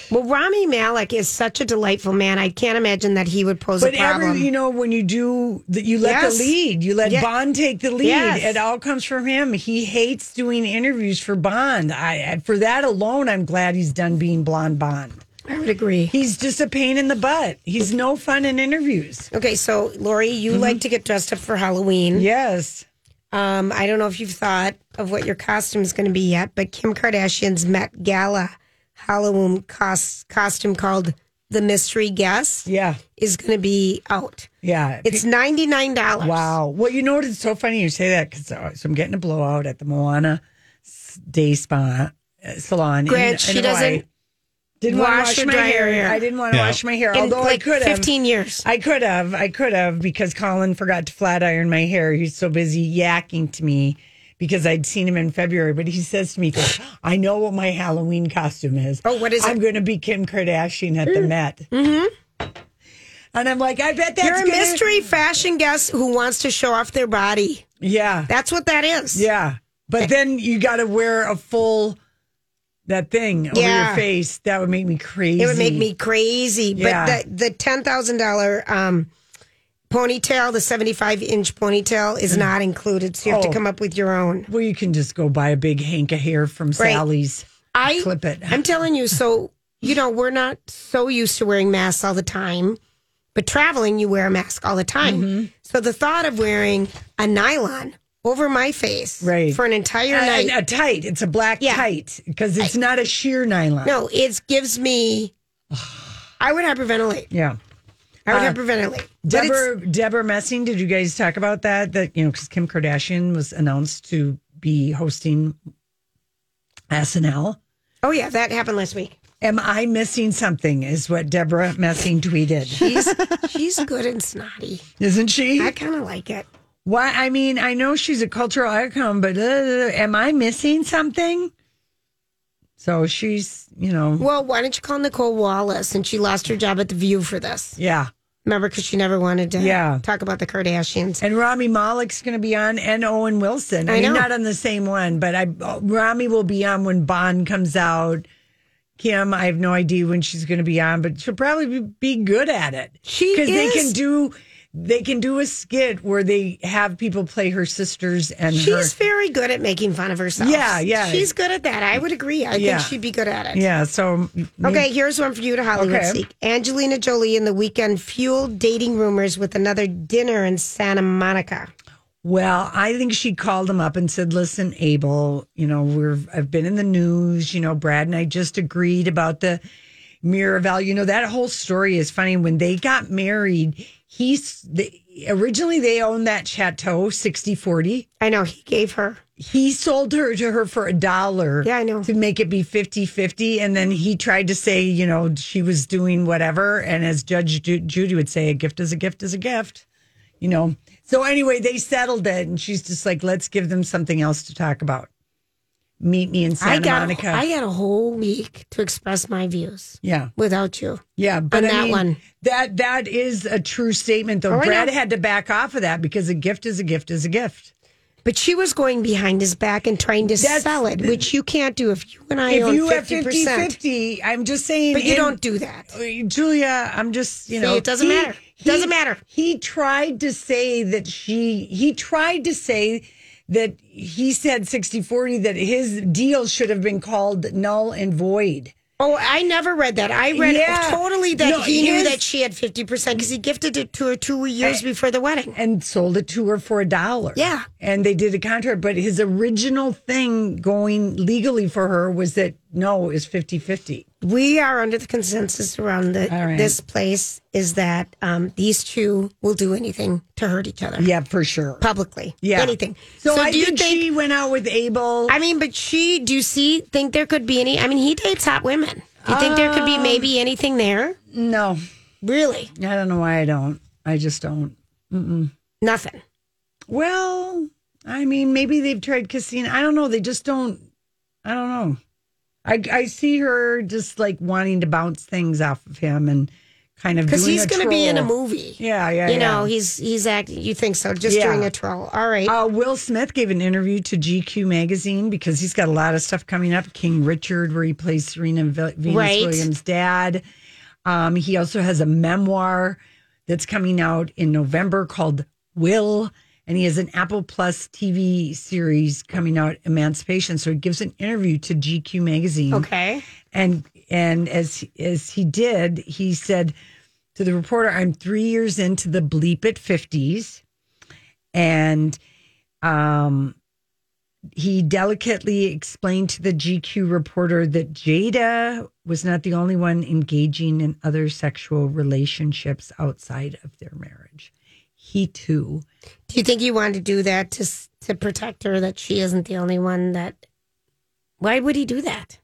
[SPEAKER 3] Well, Rami Malek is such a delightful man. I can't imagine that he would pose
[SPEAKER 2] but
[SPEAKER 3] a problem.
[SPEAKER 2] every you know when you do that, you let
[SPEAKER 3] Yes.
[SPEAKER 2] the lead. You let
[SPEAKER 3] Yeah.
[SPEAKER 2] Bond take the lead.
[SPEAKER 3] Yes.
[SPEAKER 2] It all comes from him. He hates doing interviews for Bond. I I- for that alone, I'm glad he's done being blonde Bond.
[SPEAKER 3] I would agree.
[SPEAKER 2] He's just a pain in the butt. He's no fun in interviews.
[SPEAKER 3] Okay, so Lori, you
[SPEAKER 2] Mm-hmm.
[SPEAKER 3] like to get dressed up for Halloween.
[SPEAKER 2] Yes.
[SPEAKER 3] Um, I don't know if you've thought of what your costume is going to be yet, but Kim Kardashian's Met Gala Halloween cos- costume called The Mystery Guest
[SPEAKER 2] Yeah.
[SPEAKER 3] is going to be out.
[SPEAKER 2] Yeah.
[SPEAKER 3] It's $99.
[SPEAKER 2] Wow. Well, you know what? It's so funny you say that because so I'm getting a blowout at the Moana s- Day Spa uh, Salon.
[SPEAKER 3] Grant, she doesn't
[SPEAKER 2] Didn't want to
[SPEAKER 3] Wash
[SPEAKER 2] wash
[SPEAKER 3] or
[SPEAKER 2] my
[SPEAKER 3] dry
[SPEAKER 2] hair.
[SPEAKER 3] your hair.
[SPEAKER 2] I didn't want to
[SPEAKER 1] Yeah.
[SPEAKER 2] wash my hair,
[SPEAKER 3] in
[SPEAKER 2] although I
[SPEAKER 3] like
[SPEAKER 2] could have.
[SPEAKER 3] 15 years.
[SPEAKER 2] I could have, I could have, because Colin forgot to flat iron my hair. He's so busy yakking to me because I'd seen him in February. But he says to me, goes, [gasps] "I know what my Halloween costume is.
[SPEAKER 3] Oh, what is
[SPEAKER 2] I'm
[SPEAKER 3] it? Mm.
[SPEAKER 2] going to be Kim Kardashian at the Met." Mm-hmm. And I'm like, "I bet that's
[SPEAKER 3] You're a
[SPEAKER 2] gonna-"
[SPEAKER 3] mystery fashion guest who wants to show off their body.
[SPEAKER 2] Yeah,
[SPEAKER 3] That's what that is.
[SPEAKER 2] yeah. But then you got to wear a full that thing over
[SPEAKER 3] Yeah.
[SPEAKER 2] your face. That would make me crazy.
[SPEAKER 3] It would make me crazy.
[SPEAKER 2] Yeah.
[SPEAKER 3] But the, the $10,000 um, ponytail, the 75 inch ponytail, is not included. So you have
[SPEAKER 2] Mm. Oh.
[SPEAKER 3] to come up with your own.
[SPEAKER 2] Well, you can just go buy a big hank of hair from
[SPEAKER 3] Right.
[SPEAKER 2] Sally's.
[SPEAKER 3] I
[SPEAKER 2] Clip it.
[SPEAKER 3] I'm telling you, so you know, we're not so used to wearing masks all the time, but traveling you wear a mask all the time.
[SPEAKER 2] Mm-hmm.
[SPEAKER 3] So the thought of wearing a nylon over my face
[SPEAKER 2] Right.
[SPEAKER 3] for an entire night.
[SPEAKER 2] a, a tight. It's a black
[SPEAKER 3] Yeah.
[SPEAKER 2] tight because it's not a sheer nylon.
[SPEAKER 3] no, it gives me I would hyperventilate.
[SPEAKER 2] Yeah.
[SPEAKER 3] I would hyperventilate. But it's-
[SPEAKER 2] Uh, Deborah Deborah Messing, did you guys talk about that? That you know, because Kim Kardashian was announced to be hosting SNL.
[SPEAKER 3] oh yeah, that happened last week.
[SPEAKER 2] Am I missing something? Is what Deborah Messing tweeted,
[SPEAKER 3] [laughs] She's she's good and snotty.
[SPEAKER 2] isn't she?
[SPEAKER 3] I kinda like it.
[SPEAKER 2] Why? I mean, I know she's a cultural icon, but uh, am I missing something? So she's, you know,
[SPEAKER 3] Well, why don't you call Nicole Wallace and she lost her job at the View for this?
[SPEAKER 2] yeah.
[SPEAKER 3] Remember, because she never wanted to
[SPEAKER 2] Yeah.
[SPEAKER 3] talk about the Kardashians.
[SPEAKER 2] And Rami Malek's going to be on, and Owen Wilson. I,
[SPEAKER 3] I
[SPEAKER 2] mean,
[SPEAKER 3] know.
[SPEAKER 2] not on the same one, but I Rami will be on when Bond comes out. Kim, I have no idea when she's going to be on, but she'll probably be- be good at it.
[SPEAKER 3] She
[SPEAKER 2] because they can
[SPEAKER 3] is.
[SPEAKER 2] do they can do a skit where they have people play her sisters and her.
[SPEAKER 3] She's very good at making fun of herself.
[SPEAKER 2] Mm-hmm. Yeah, yeah.
[SPEAKER 3] She's good at that. I would agree. I
[SPEAKER 2] Yeah.
[SPEAKER 3] think she'd be good at it.
[SPEAKER 2] Yeah, so
[SPEAKER 3] Okay, here's one for you to Hollywood
[SPEAKER 2] Okay.
[SPEAKER 3] Seek. Angelina Jolie in the weekend fueled dating rumors with another dinner in Santa Monica.
[SPEAKER 2] Well, I think she called him up and said, "Listen, Abel, you know, we're I've been in the news. You know, Brad and I just agreed about the Miraval. You know, that whole story is funny. When they got married, he's the, originally they owned that chateau 60-40.
[SPEAKER 3] I know he gave her.
[SPEAKER 2] He sold her to her for a dollar.
[SPEAKER 3] Yeah, I know.
[SPEAKER 2] To make it be 50-50. and then he tried to say, you know, she was doing whatever. And as Judge Ju- Judy would say, a gift is a gift is a gift you know. So anyway, they settled it, and she's just like, "Let's give them something else to talk about." Meet me in Santa
[SPEAKER 3] I got.
[SPEAKER 2] Monica.
[SPEAKER 3] I had a whole week to express my views
[SPEAKER 2] yeah,
[SPEAKER 3] without you.
[SPEAKER 2] yeah, but
[SPEAKER 3] On
[SPEAKER 2] I
[SPEAKER 3] that
[SPEAKER 2] mean,
[SPEAKER 3] one.
[SPEAKER 2] that that is a true statement. Though
[SPEAKER 3] Oh, I
[SPEAKER 2] Brad
[SPEAKER 3] know.
[SPEAKER 2] had to back off of that because a gift is a gift is a gift.
[SPEAKER 3] But she was going behind his back and trying to
[SPEAKER 2] That's-
[SPEAKER 3] sell it, which you can't do if you and I
[SPEAKER 2] if
[SPEAKER 3] own
[SPEAKER 2] you have
[SPEAKER 3] 50%.
[SPEAKER 2] 50 50 I'm just saying,
[SPEAKER 3] but you
[SPEAKER 2] in-
[SPEAKER 3] don't do that.
[SPEAKER 2] Julia, I'm just you
[SPEAKER 3] See,
[SPEAKER 2] know
[SPEAKER 3] it doesn't matter. Doesn't matter.
[SPEAKER 2] He tried to say that she he tried to say that he said 60-40 that his deal should have been called null and void.
[SPEAKER 3] Oh, I never read that. I read
[SPEAKER 2] Yeah.
[SPEAKER 3] totally that
[SPEAKER 2] No,
[SPEAKER 3] he knew
[SPEAKER 2] his-
[SPEAKER 3] that she had 50% because he gifted it to her two years before the wedding.
[SPEAKER 2] and sold it to her for a dollar.
[SPEAKER 3] Yeah.
[SPEAKER 2] And they did a contract, but his original thing going legally for her was that no, it's 50 50.
[SPEAKER 3] We are under the consensus around the,
[SPEAKER 2] All right.
[SPEAKER 3] this place is that um, these two will do anything to hurt each other
[SPEAKER 2] Yeah, for sure.
[SPEAKER 3] publicly.
[SPEAKER 2] Yeah.
[SPEAKER 3] Anything.
[SPEAKER 2] So, I think, she went out with Abel.
[SPEAKER 3] I mean, but she, do you see, think there could be any? I mean, he dates hot women. Do you think there could be
[SPEAKER 2] Um,
[SPEAKER 3] maybe anything there?
[SPEAKER 2] no,
[SPEAKER 3] Really?
[SPEAKER 2] I don't know why I don't. I just don't.
[SPEAKER 3] Nothing.
[SPEAKER 2] Well, I mean, maybe they've tried casino. I don't know. They just don't. I don't know. I, I see her just like wanting to bounce things off of him and kind of
[SPEAKER 3] Because
[SPEAKER 2] doing
[SPEAKER 3] he's
[SPEAKER 2] a
[SPEAKER 3] going to be in a
[SPEAKER 2] troll.
[SPEAKER 3] movie.
[SPEAKER 2] Yeah, yeah,
[SPEAKER 3] you
[SPEAKER 2] yeah.
[SPEAKER 3] know, he's he's acting. You think so? Just
[SPEAKER 2] Yeah.
[SPEAKER 3] doing a troll. All right.
[SPEAKER 2] Uh, Will Smith gave an interview to GQ magazine because he's got a lot of stuff coming up. King Richard, where he plays Serena Ve- Venus
[SPEAKER 3] Right.
[SPEAKER 2] Williams' dad. Um, he also has a memoir that's coming out in November called Will, and he has an Apple Plus TV series coming out, Emancipation. So he gives an interview to GQ magazine
[SPEAKER 3] okay.
[SPEAKER 2] and and as as he did, he said to the reporter, "I'm three years into the bleep at fifties, and um, he delicately explained to the GQ reporter that Jada was not the only one engaging in other sexual relationships outside of their marriage. He too."
[SPEAKER 3] Do you think you want to do that to s- to protect her that she isn't the only one that? Why would he do that?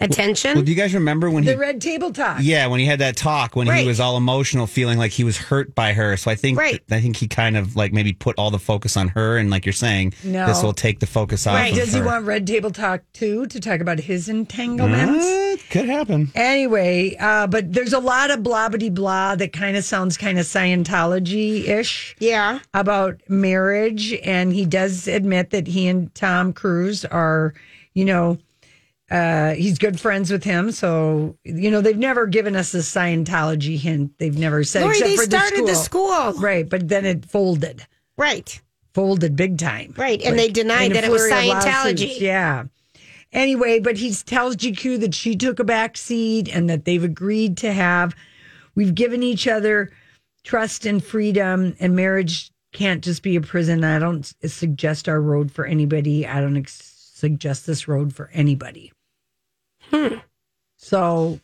[SPEAKER 3] attention.
[SPEAKER 2] Uh,
[SPEAKER 1] Well, do you guys remember when he?
[SPEAKER 2] The red table talk.
[SPEAKER 1] Yeah, when he had that talk, when
[SPEAKER 3] Right.
[SPEAKER 1] he was all emotional, feeling like he was hurt by her. So I think,
[SPEAKER 3] Right.
[SPEAKER 1] I think he kind of like maybe put all the focus on her, and like you're saying,
[SPEAKER 2] No.
[SPEAKER 1] this will take the focus off.
[SPEAKER 2] Right.
[SPEAKER 1] Of
[SPEAKER 2] Does he
[SPEAKER 1] her.
[SPEAKER 2] want red table talk too to talk about his entanglements?
[SPEAKER 1] Eh, could happen.
[SPEAKER 2] Anyway, uh, but there's a lot of blah bitty blah that kind of sounds kind of Scientology ish
[SPEAKER 3] Yeah.
[SPEAKER 2] about marriage, and he does admit that he and Tom Cruise are, you know, uh, he's good friends with him. So you know they've never given us a Scientology hint. They've never said
[SPEAKER 3] Lori,
[SPEAKER 2] except
[SPEAKER 3] they
[SPEAKER 2] for
[SPEAKER 3] started the school.
[SPEAKER 2] right? But then it folded,
[SPEAKER 3] Right.
[SPEAKER 2] folded big time,
[SPEAKER 3] Right, and they
[SPEAKER 2] in
[SPEAKER 3] denied
[SPEAKER 2] a
[SPEAKER 3] that it was
[SPEAKER 2] flurry of
[SPEAKER 3] Scientology.
[SPEAKER 2] lawsuits. Yeah. Anyway, but he tells GQ that she took a back seat and that they've agreed to have, we've given each other trust and freedom, and marriage can't just be a prison. I don't s- suggest our road for anybody. I don't ex- suggest this road for anybody. So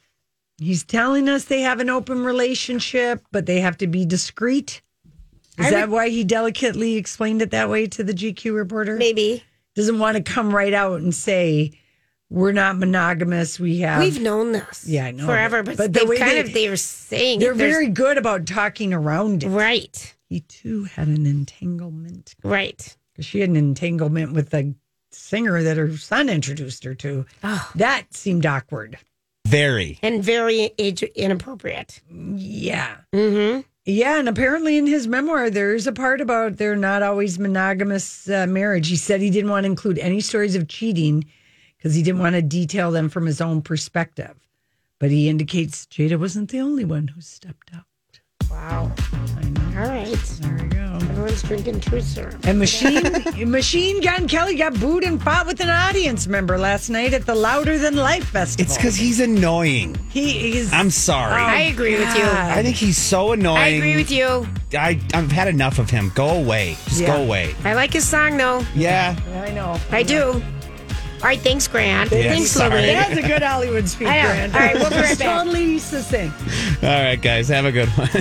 [SPEAKER 2] he's telling us they have an open relationship, but they have to be discreet. Is
[SPEAKER 3] I
[SPEAKER 2] that why he delicately explained it that way to the GQ reporter?
[SPEAKER 3] Maybe.
[SPEAKER 2] doesn't want to come right out and say we're not monogamous. We have
[SPEAKER 3] We've known this.
[SPEAKER 2] Um, Yeah, I know,
[SPEAKER 3] Forever,
[SPEAKER 2] but- but
[SPEAKER 3] but,
[SPEAKER 2] the
[SPEAKER 3] they
[SPEAKER 2] way
[SPEAKER 3] kind
[SPEAKER 2] they-
[SPEAKER 3] of they were saying
[SPEAKER 2] they're
[SPEAKER 3] it, there's-
[SPEAKER 2] very good about talking around it.
[SPEAKER 3] right,
[SPEAKER 2] He too had an entanglement
[SPEAKER 3] right.
[SPEAKER 2] because she had an entanglement with the singer that her son introduced her to. That seemed awkward.
[SPEAKER 1] Very.
[SPEAKER 3] and very age inappropriate.
[SPEAKER 2] Yeah.
[SPEAKER 3] Mm-hmm.
[SPEAKER 2] Yeah, and apparently in his memoir, there's a part about they're not always monogamous uh, marriage. He said he didn't want to include any stories of cheating because he didn't want to detail them from his own perspective. But he indicates Jada wasn't the only one who stepped up.
[SPEAKER 3] Wow. All right.
[SPEAKER 2] There you go.
[SPEAKER 3] Everyone's drinking truth syrup.
[SPEAKER 1] [laughs]
[SPEAKER 2] And Machine Machine Gun Kelly got booed and fought with an audience member last night at the Louder Than Life Festival.
[SPEAKER 1] It's because he's annoying.
[SPEAKER 2] he is.
[SPEAKER 1] I'm sorry.
[SPEAKER 3] Oh, I agree with you.
[SPEAKER 1] I think he's so annoying.
[SPEAKER 3] I agree with you.
[SPEAKER 1] I, I've had enough of him. Go away. Just
[SPEAKER 2] Yeah.
[SPEAKER 1] go away.
[SPEAKER 3] I like his song though.
[SPEAKER 1] Yeah.
[SPEAKER 2] I know.
[SPEAKER 3] I do. All right. Thanks, Grant.
[SPEAKER 1] Yeah,
[SPEAKER 3] thanks,
[SPEAKER 1] sorry.
[SPEAKER 3] Lorraine.
[SPEAKER 2] That's a good Hollywood speak,
[SPEAKER 3] I know.
[SPEAKER 2] Grant.
[SPEAKER 3] All right, we'll be right back.
[SPEAKER 2] Totally succinct.
[SPEAKER 1] All right, guys. Have a good one. [laughs]